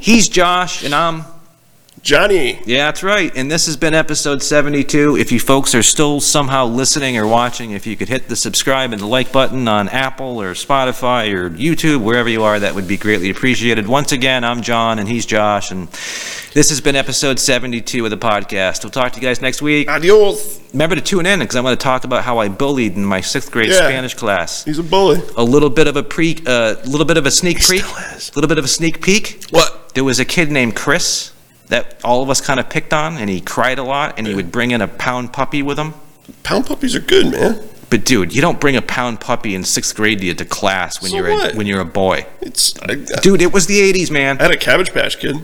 He's Josh, and I'm
Johnny.
yeah, that's right. And this has been episode 72. If you folks are still somehow listening or watching, if you could hit the subscribe and the like button on Apple or Spotify or YouTube, wherever you are, that would be greatly appreciated. Once again, I'm John and he's Josh. And this has been episode 72 of the podcast. We'll talk to you guys next week.
Adios.
Remember to tune in because I'm going to talk about how I bullied in my sixth grade
Yeah.
Spanish class.
He's a bully.
A little bit of a pre, a little bit of a sneak peek.
still is.
A little bit of a sneak peek
What?
there was a kid named Chris that all of us kind of picked on, and he cried a lot, and he would bring in a pound puppy with him.
Pound puppies are good, man.
But dude, you don't bring a pound puppy in sixth grade to, to class when
So
you're a,
what?
when you're a boy.
It's I, I
Dude, it was the '80s, man,
had a Cabbage Patch Kid.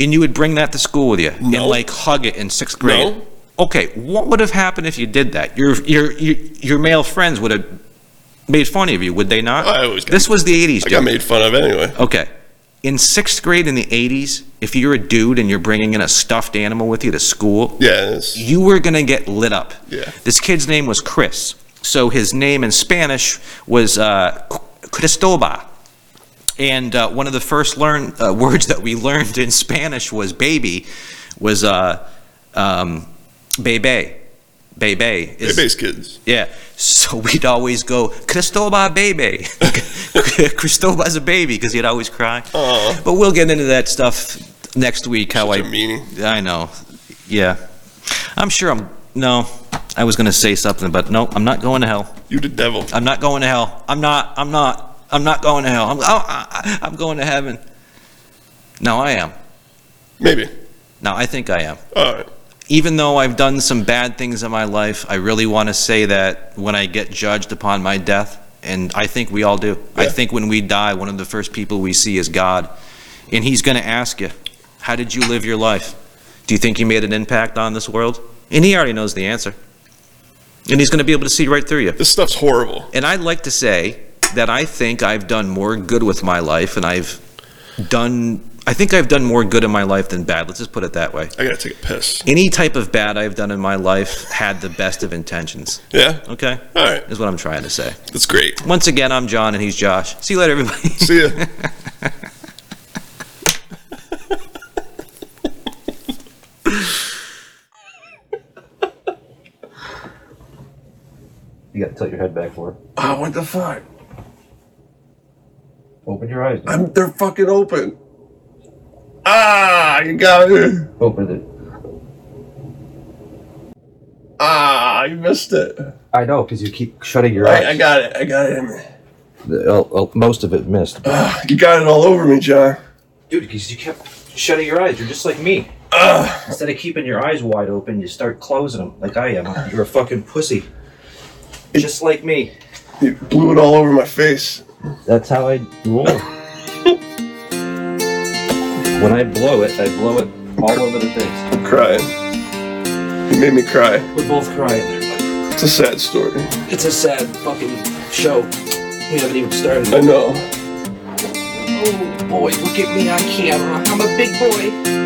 and you would bring that to school with you
No.
and like hug it in sixth grade.
No.
Okay, what would have happened if you did that? Your your your, your male friends would have made fun of you, would they not?
I always got-
this was the '80s,
I
dude.
got made fun of anyway.
Okay. In sixth grade in the 80s, if you're a dude and you're bringing in a stuffed animal with you to school,
Yeah. It's,
you were going to get lit up.
Yeah.
This kid's name was Chris. So his name in Spanish was uh, Cristoba. And uh, one of the first learn, uh, words that we learned in Spanish was baby, was uh, um, bebe. Bebe is,
Baby's kids.
yeah. So we'd always go, Cristoba baby. Cristoba's a baby because he'd always cry.
Aw.
But we'll get into that stuff next week. How
Such
I
a meanie.
I know. Yeah. I'm sure I'm. No, I was going to say something, but no, I'm not going to hell.
You the devil.
I'm not going to hell. I'm not. I'm not. I'm not going to hell. I'm, oh, I, I, I'm going to heaven. No, I am.
Maybe.
No, I think I am
All right.
even though I've done some bad things in my life, I really want to say that when I get judged upon my death, and I think we all do. I
Yeah.
think when we die, one of the first people we see is God, and He's going to ask you, "How did you live your life? Do you think you made an impact on this world?" And He already knows the answer, and He's going to be able to see right through you.
This stuff's horrible.
And I'd like to say that I think I've done more good with my life, and I've done. I think I've done more good in my life than bad. Let's just put it that way.
I gotta take a piss.
Any type of bad I've done in my life had the best of intentions.
Yeah.
Okay?
All right.
Is what I'm trying to say.
That's great.
Once again, I'm John and he's Josh. See you later, everybody.
See ya.
You gotta tilt your head back for it.
oh, what the fuck?
Open your eyes.
I'm, they're fucking open. Ah, you got it.
Open it.
Ah, you missed it.
I know, because you keep shutting your uh,
I, I got it. I got it. in me.
most of it missed.
Ah, you got it all over me, John.
Dude, because you kept shutting your eyes. You're just like me.
Ah,
Instead of keeping your eyes wide open, you start closing them like I am. You're a fucking pussy. Just like me.
you blew it all over my face.
That's how I roll. when I blow it, I blow it all over the face.
I'm crying. You made me cry.
We're both crying there, bud.
It's a sad story.
It's a sad fucking show. We haven't even started.
I know.
Oh boy, look at me on camera. I'm a big boy.